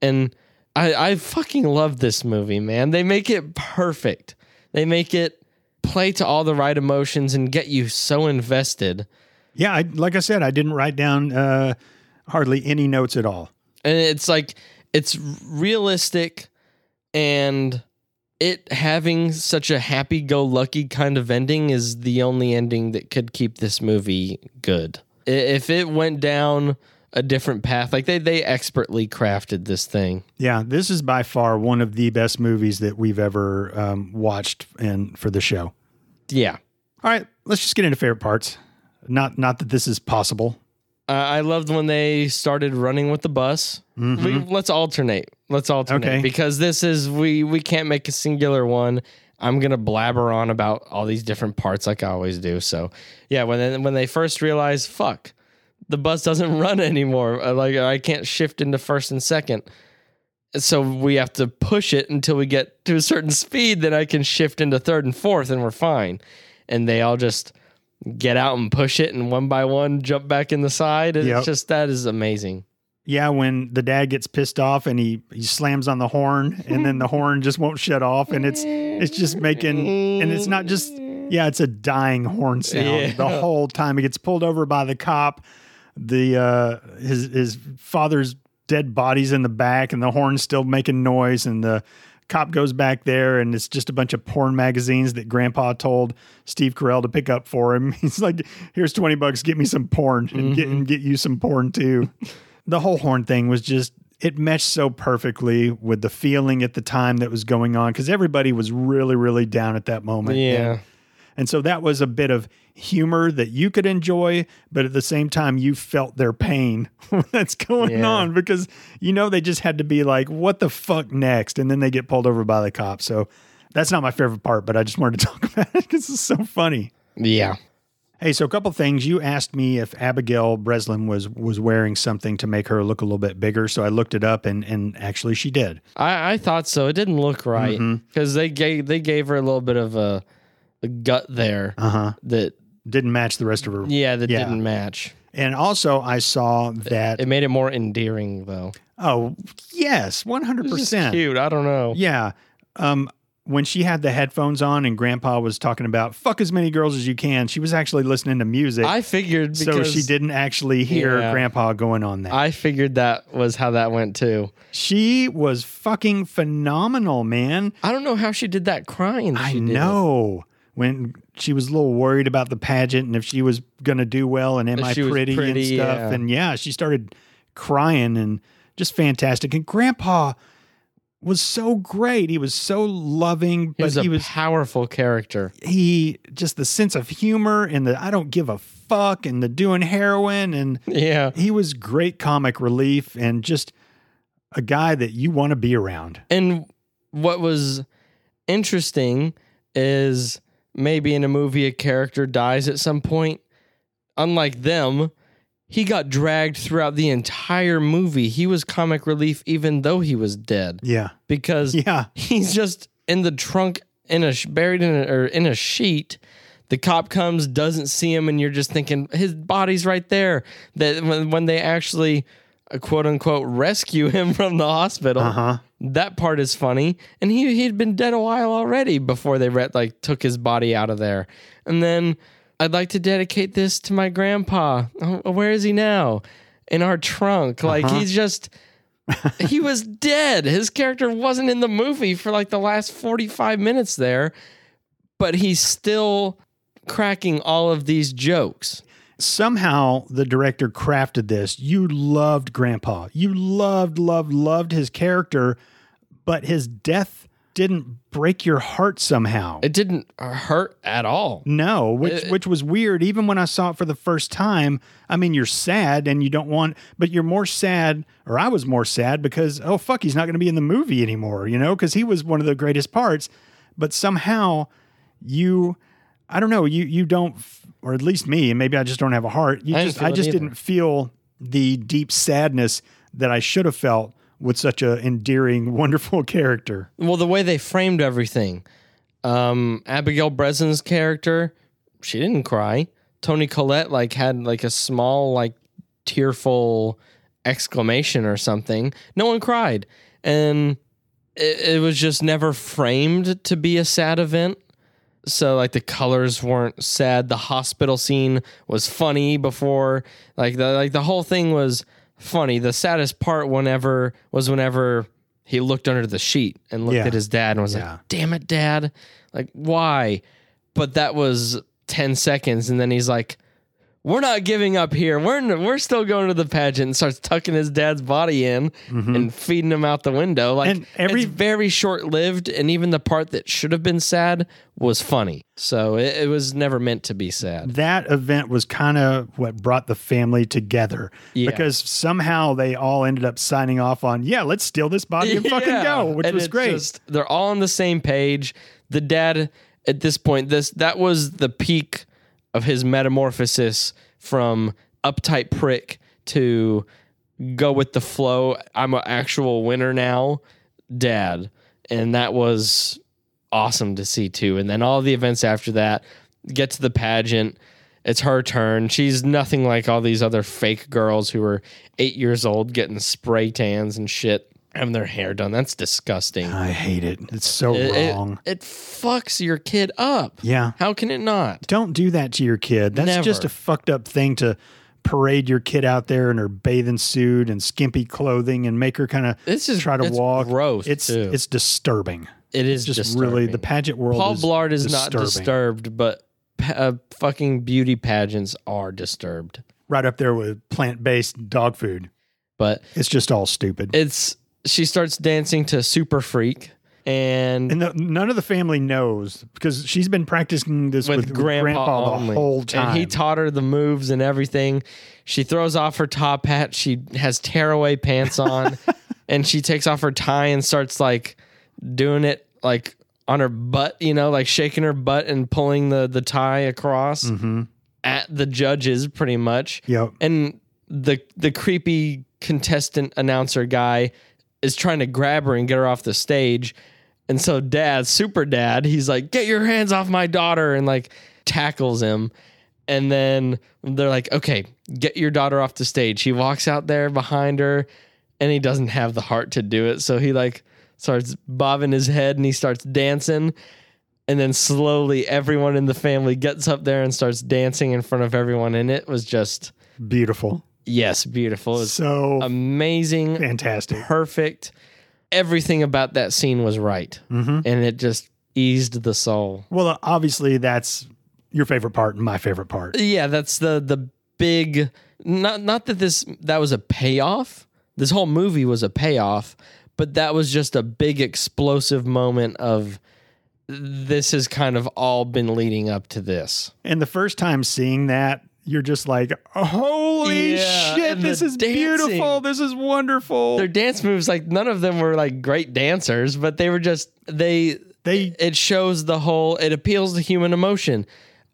B: And I, I fucking love this movie, man. They make it perfect. They make it play to all the right emotions and get you so invested.
A: yeah, I, like I said, I didn't write down uh, hardly any notes at all.
B: and it's like it's realistic and it having such a happy-go-lucky kind of ending is the only ending that could keep this movie good I- if it went down a different path like they they expertly crafted this thing
A: Yeah, this is by far one of the best movies that we've ever um, watched and for the show.
B: yeah
A: All right, let's just get into favorite parts. Not not that this is possible.
B: uh, i loved when they started running with the bus we, let's alternate let's alternate
A: Okay.
B: because this is we we can't make a singular one i'm gonna blabber on about all these different parts like i always do so yeah when they, when they first realize fuck the bus doesn't run anymore Uh, like i can't shift into first and second so we have to push it until we get to a certain speed then i can shift into third and fourth and we're fine and they all just get out and push it and one by one jump back in the side and
A: Yep.
B: it's just that is amazing
A: Yeah, when the dad gets pissed off and he, he slams on the horn and then the horn just won't shut off and it's it's just making and it's not just yeah, it's a dying horn sound
B: Yeah.
A: the whole time. He gets pulled over by the cop, the uh his his father's dead body's in the back and the horn's still making noise and the cop goes back there and it's just a bunch of porn magazines that grandpa told Steve Carell to pick up for him. He's like, here's 20 bucks, get me some porn and get and get you some porn too. the whole horn thing was just it meshed so perfectly with the feeling at the time that was going on because everybody was really really down at that moment
B: yeah
A: and, and so that was a bit of humor that you could enjoy but at the same time you felt their pain that's going
B: Yeah.
A: on because you know they just had to be like what the fuck next and then they get pulled over by the cops so that's not my favorite part but i just wanted to talk about it because it's so funny
B: yeah
A: Hey, so a couple things. You asked me if Abigail Breslin was was wearing something to make her look a little bit bigger, so I looked it up, and and actually she did.
B: I, I thought so. It didn't look right
A: Mhm.
B: because they gave they gave her a little bit of a, a gut there
A: Uh huh.
B: that
A: Didn't match the rest of her.
B: Uh-huh. yeah that
A: Yeah.
B: didn't match.
A: And also, I saw that.
B: It made it more endearing though.
A: oh yes, one
B: It
A: hundred
B: was just
A: percent.
B: cute. I don't know.
A: Yeah. Um, when she had the headphones on and Grandpa was talking about fuck as many girls as you can, she was actually listening to music,
B: I figured
A: so
B: because
A: she didn't actually hear
B: Yeah.
A: Grandpa going on that.
B: I figured that was how that went too.
A: she was fucking phenomenal, man.
B: I don't know how she did that crying. that
A: I
B: she did.
A: know. When she was a little worried about the pageant and if she was going to do well and am
B: If
A: I
B: she was
A: pretty,
B: pretty,
A: and stuff.
B: yeah.
A: And yeah, she started crying and just fantastic. And Grandpa was so great. He was so loving,
B: He
A: but
B: was a
A: he was
B: powerful character.
A: he just the sense of humor and the I don't give a fuck and the doing heroin and
B: Yeah.
A: he was great comic relief and just a guy that you want to be around.
B: And what was interesting is maybe in a movie a character dies at some point. Unlike them, he got dragged throughout the entire movie. He was comic relief even though he was dead
A: Yeah.
B: because
A: Yeah.
B: he's just in the trunk in a sh- buried in a, or in a sheet. The cop comes, doesn't see him, and you're just thinking his body's right there. That when, when they actually uh, quote unquote rescue him from the hospital,
A: Uh-huh.
B: that part is funny. And he he'd been dead a while already before they re- like took his body out of there. And then I'd like to dedicate this to my grandpa. Oh, where is he now? In our trunk. Like he's just he was dead. His character wasn't in the movie for like the last 45 minutes there, but he's still cracking all of these jokes.
A: Somehow the director crafted this. You loved Grandpa. You loved, loved, loved his character, but his death didn't break your heart somehow.
B: It didn't hurt at all.
A: No, which
B: It-
A: which was weird. Even when I saw it for the first time, I mean, you're sad and you don't want, but you're more sad, or I was more sad because oh fuck, he's not going to be in the movie anymore, you know, because he was one of the greatest parts. But somehow, you, I don't know, you you don't, f- or at least me, and maybe I just don't have a heart. You
B: I didn't
A: just
B: feel
A: I
B: it
A: just
B: either.
A: didn't feel the deep sadness that I should have felt with such a endearing, wonderful character.
B: Well, the way they framed everything. Um, Abigail Breslin's character, she didn't cry. Tony Collette like had like a small like tearful exclamation or something. No one cried, and it, it was just never framed to be a sad event. So like the colors weren't sad. The hospital scene was funny before. Like the like the whole thing was funny. The saddest part whenever was whenever he looked under the sheet and looked
A: Yeah.
B: at his dad and was
A: Yeah.
B: like, "Damn it, dad! Like why?" But that was ten seconds, and then he's like, "We're not giving up here. We're we're still going to the pageant." And starts tucking his dad's body in and feeding him out the window. Like
A: Mm-hmm. And every-
B: it's very short lived, and even the part that should have been sad was funny. So it, it was never meant to be sad.
A: that event was kind of what brought the family together
B: Yeah.
A: because somehow they all ended up signing off on, yeah, let's steal this body and fucking
B: Yeah.
A: go, which
B: And
A: was
B: it's
A: great.
B: just- they're all on the same page. The dad at this point, this that was the peak of his metamorphosis from uptight prick to go with the flow. I'm an actual winner now, dad, and that was awesome to see too. And then all the events after that get to the pageant. It's her turn. She's nothing like all these other fake girls who are eight years old getting spray tans and shit, having their hair done. That's disgusting.
A: I hate it. It's so
B: It, it-
A: wrong.
B: it fucks your kid up.
A: yeah.
B: How can it not?
A: Don't do that to your kid. That's
B: Never.
A: just a fucked up thing to parade your kid out there in her bathing suit and skimpy clothing and make her kind of
B: This is
A: try to
B: it's
A: walk.
B: Gross.
A: It's
B: too.
A: it's disturbing.
B: it is
A: Just
B: disturbing.
A: really the pageant world.
B: Paul
A: is
B: Blart is not
A: disturbing.
B: disturbed, but pa- uh, fucking beauty pageants are disturbed.
A: right up there with plant based dog food.
B: But
A: It's just all stupid.
B: it's she starts dancing to Super Freak and
A: And the, none of the family knows because she's been practicing this with,
B: with,
A: grandpa,
B: grandpa,
A: the
B: only.
A: whole time.
B: And he taught her the moves and everything. She throws off her top hat. She has tearaway pants on, and she takes off her tie and starts like doing it like on her butt, you know, like shaking her butt and pulling the the tie across.
A: Mhm.
B: at the judges pretty much.
A: Yep.
B: And the the creepy contestant announcer guy is trying to grab her and get her off the stage. And so dad, super dad, he's like, "Get your hands off my daughter." And like tackles him. And then they're like, "Okay, get your daughter off the stage." He walks out there behind her and he doesn't have the heart to do it. So he like starts bobbing his head and he starts dancing. And then slowly everyone in the family gets up there and starts dancing in front of everyone. And it was just,
A: Beautiful.
B: yes, beautiful. It was
A: so
B: amazing,
A: fantastic.
B: perfect. Everything about that scene was right.
A: Mhm.
B: And it just eased the soul.
A: Well, obviously that's your favorite part and my favorite part.
B: Yeah, that's the the big not not that this that was a payoff. This whole movie was a payoff, but that was just a big explosive moment of this has kind of all been leading up to this.
A: And the first time seeing that, you're just like, holy
B: Yeah,
A: shit,
B: and the
A: this is
B: dancing.
A: beautiful. This is wonderful.
B: Their dance moves like none of them were like great dancers, but they were just they
A: they
B: it shows the whole it appeals to human emotion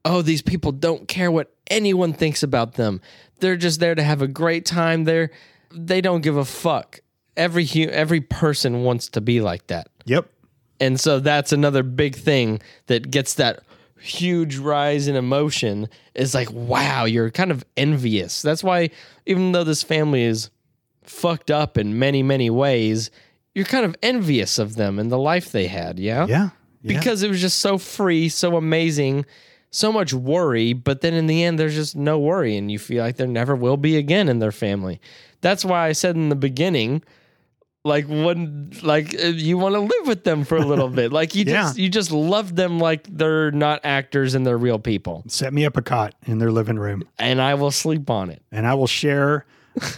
B: oh these people don't care what anyone thinks about them they're just there to have a great time they're they don't give a fuck every hu- every person wants to be like that
A: Yep.
B: and so that's another big thing that gets that huge rise in emotion is like wow you're kind of envious that's why even though this family is fucked up in many many ways you're kind of envious of them and the life they had yeah
A: Yeah. Yeah.
B: because it was just so free, so amazing, so much worry. But then in the end, there's just no worry, and you feel like there never will be again in their family. That's why I said in the beginning, like when, like uh, you want to live with them for a little bit, like you
A: Yeah.
B: just you just love them like they're not actors and they're real people.
A: Set me up a cot in their living room
B: And I will sleep on it.
A: and I will share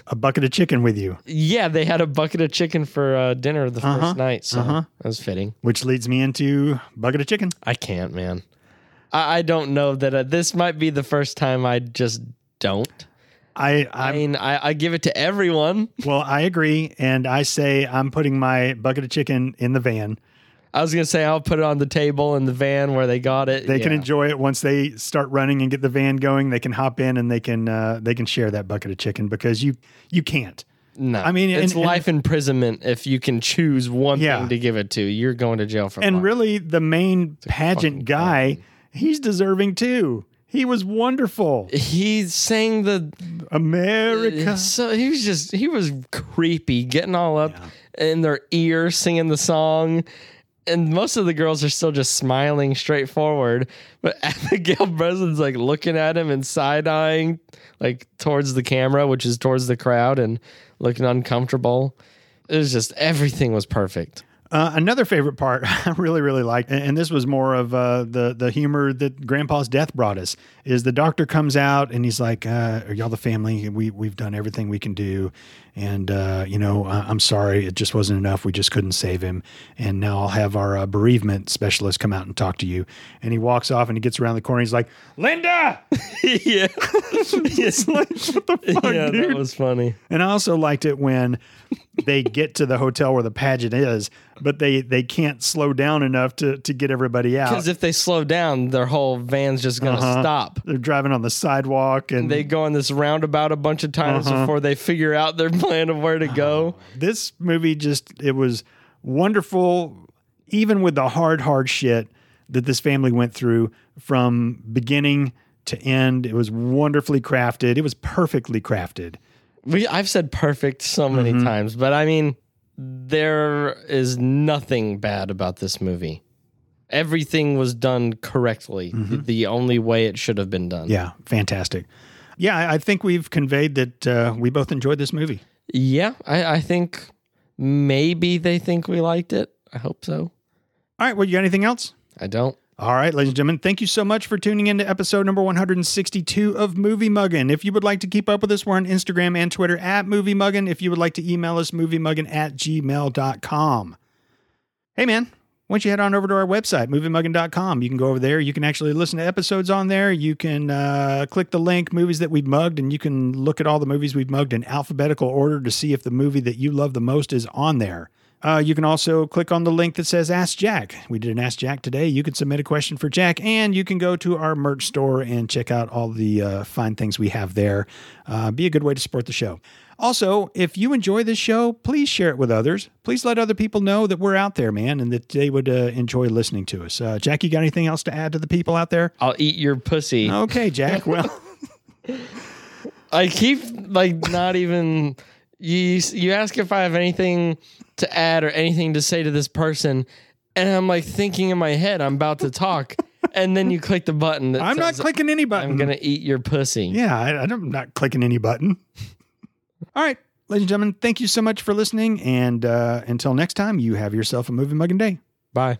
A: a bucket of chicken with you,
B: Yeah, they had a bucket of chicken for uh, dinner the
A: Uh-huh.
B: first night, so
A: Uh-huh.
B: that was fitting.
A: which leads me into bucket of chicken.
B: I can't, man. I, I don't know that uh, this might be the first time I just don't.
A: I,
B: I
A: I'm,
B: mean, I, I give it to everyone.
A: well, I agree. And I say I'm putting my bucket of chicken in the van.
B: I was gonna say I'll put it on the table in the van where they got it.
A: They can
B: Yeah.
A: enjoy it once they start running and get the van going. They can hop in and they can uh, they can share that bucket of chicken because you you can't.
B: No,
A: I mean,
B: it's
A: and- and-
B: life imprisonment if you can choose one
A: Yeah.
B: thing to give it to. You're going to jail for
A: And
B: life.
A: really, the main
B: fucking
A: pageant guy, he's deserving too. He was wonderful.
B: he sang the
A: America.
B: so he was just he was creepy, getting all up in their ear, singing the song. And most of the girls are still just smiling straight forward. But Abigail Breslin's like looking at him and side eyeing like towards the camera, which is towards the crowd, and looking uncomfortable. It was just everything was perfect.
A: Uh, another favorite part I really, really liked, and- and this was more of uh, the the humor that Grandpa's death brought us, is the doctor comes out and he's like, uh, "Are y'all the family? We we've done everything we can do, and uh, you know, I, I'm sorry, it just wasn't enough. We just couldn't save him, and now I'll have our uh, bereavement specialist come out and talk to you." And he walks off and he gets around the corner. He's like, "Linda!"
B: yeah. Yes.
A: what the fuck,
B: yeah,
A: dude?
B: that was funny.
A: And I also liked it when they get to the hotel where the pageant is, but they they can't slow down enough to to get everybody out.
B: Because if they slow down, their whole van's just gonna
A: Uh, Uh-huh.
B: stop.
A: They're driving on the sidewalk, and
B: they go on this roundabout a bunch of times before they figure out their plan of where to go.
A: this movie just it was wonderful, even with the hard hard shit that this family went through from beginning to end. It was wonderfully crafted. It was perfectly crafted.
B: We I've said perfect so many times, but I mean there is nothing bad about this movie. Everything was done correctly, the only way it should have been done.
A: Yeah, fantastic. Yeah, I- I think we've conveyed that uh, we both enjoyed this movie.
B: Yeah, I, I think maybe they think we liked it. I hope so.
A: All right. Well, you got anything else?
B: I don't.
A: All right, ladies and gentlemen, thank you so much for tuning in to episode number 162 of Movie Muggin. If you would like to keep up with us, we're on Instagram and Twitter at Movie Muggin. If you would like to email us, moviemuggin at gmail.com. Hey, man, why don't you head on over to our website, moviemuggin.com? You can go over there. You can actually listen to episodes on there. You can uh, click the link, movies that we've mugged, and you can look at all the movies we've mugged in alphabetical order to see if the movie that you love the most is on there. Uh, you can also click on the link that says Ask Jack. We did an Ask Jack today. You can submit a question for Jack, and you can go to our merch store and check out all the uh, fine things we have there. Uh, be a good way to support the show. Also, if you enjoy this show, please share it with others. Please let other people know that we're out there, man, and that they would uh, enjoy listening to us. Uh, Jack, you got anything else to add to the people out there?
B: I'll eat your pussy.
A: Okay, Jack. Well,
B: I keep like not even you. You ask if I have anything to add or anything to say to this person, and I'm like thinking in my head I'm about to talk, and then you click the button. That
A: I'm not
B: says,
A: clicking any button.
B: I'm gonna eat your pussy.
A: Yeah, I, I'm not clicking any button. All right, ladies and gentlemen, thank you so much for listening. And uh, until next time, you have yourself a movie mugging day.
B: Bye.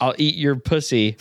B: I'll eat your pussy.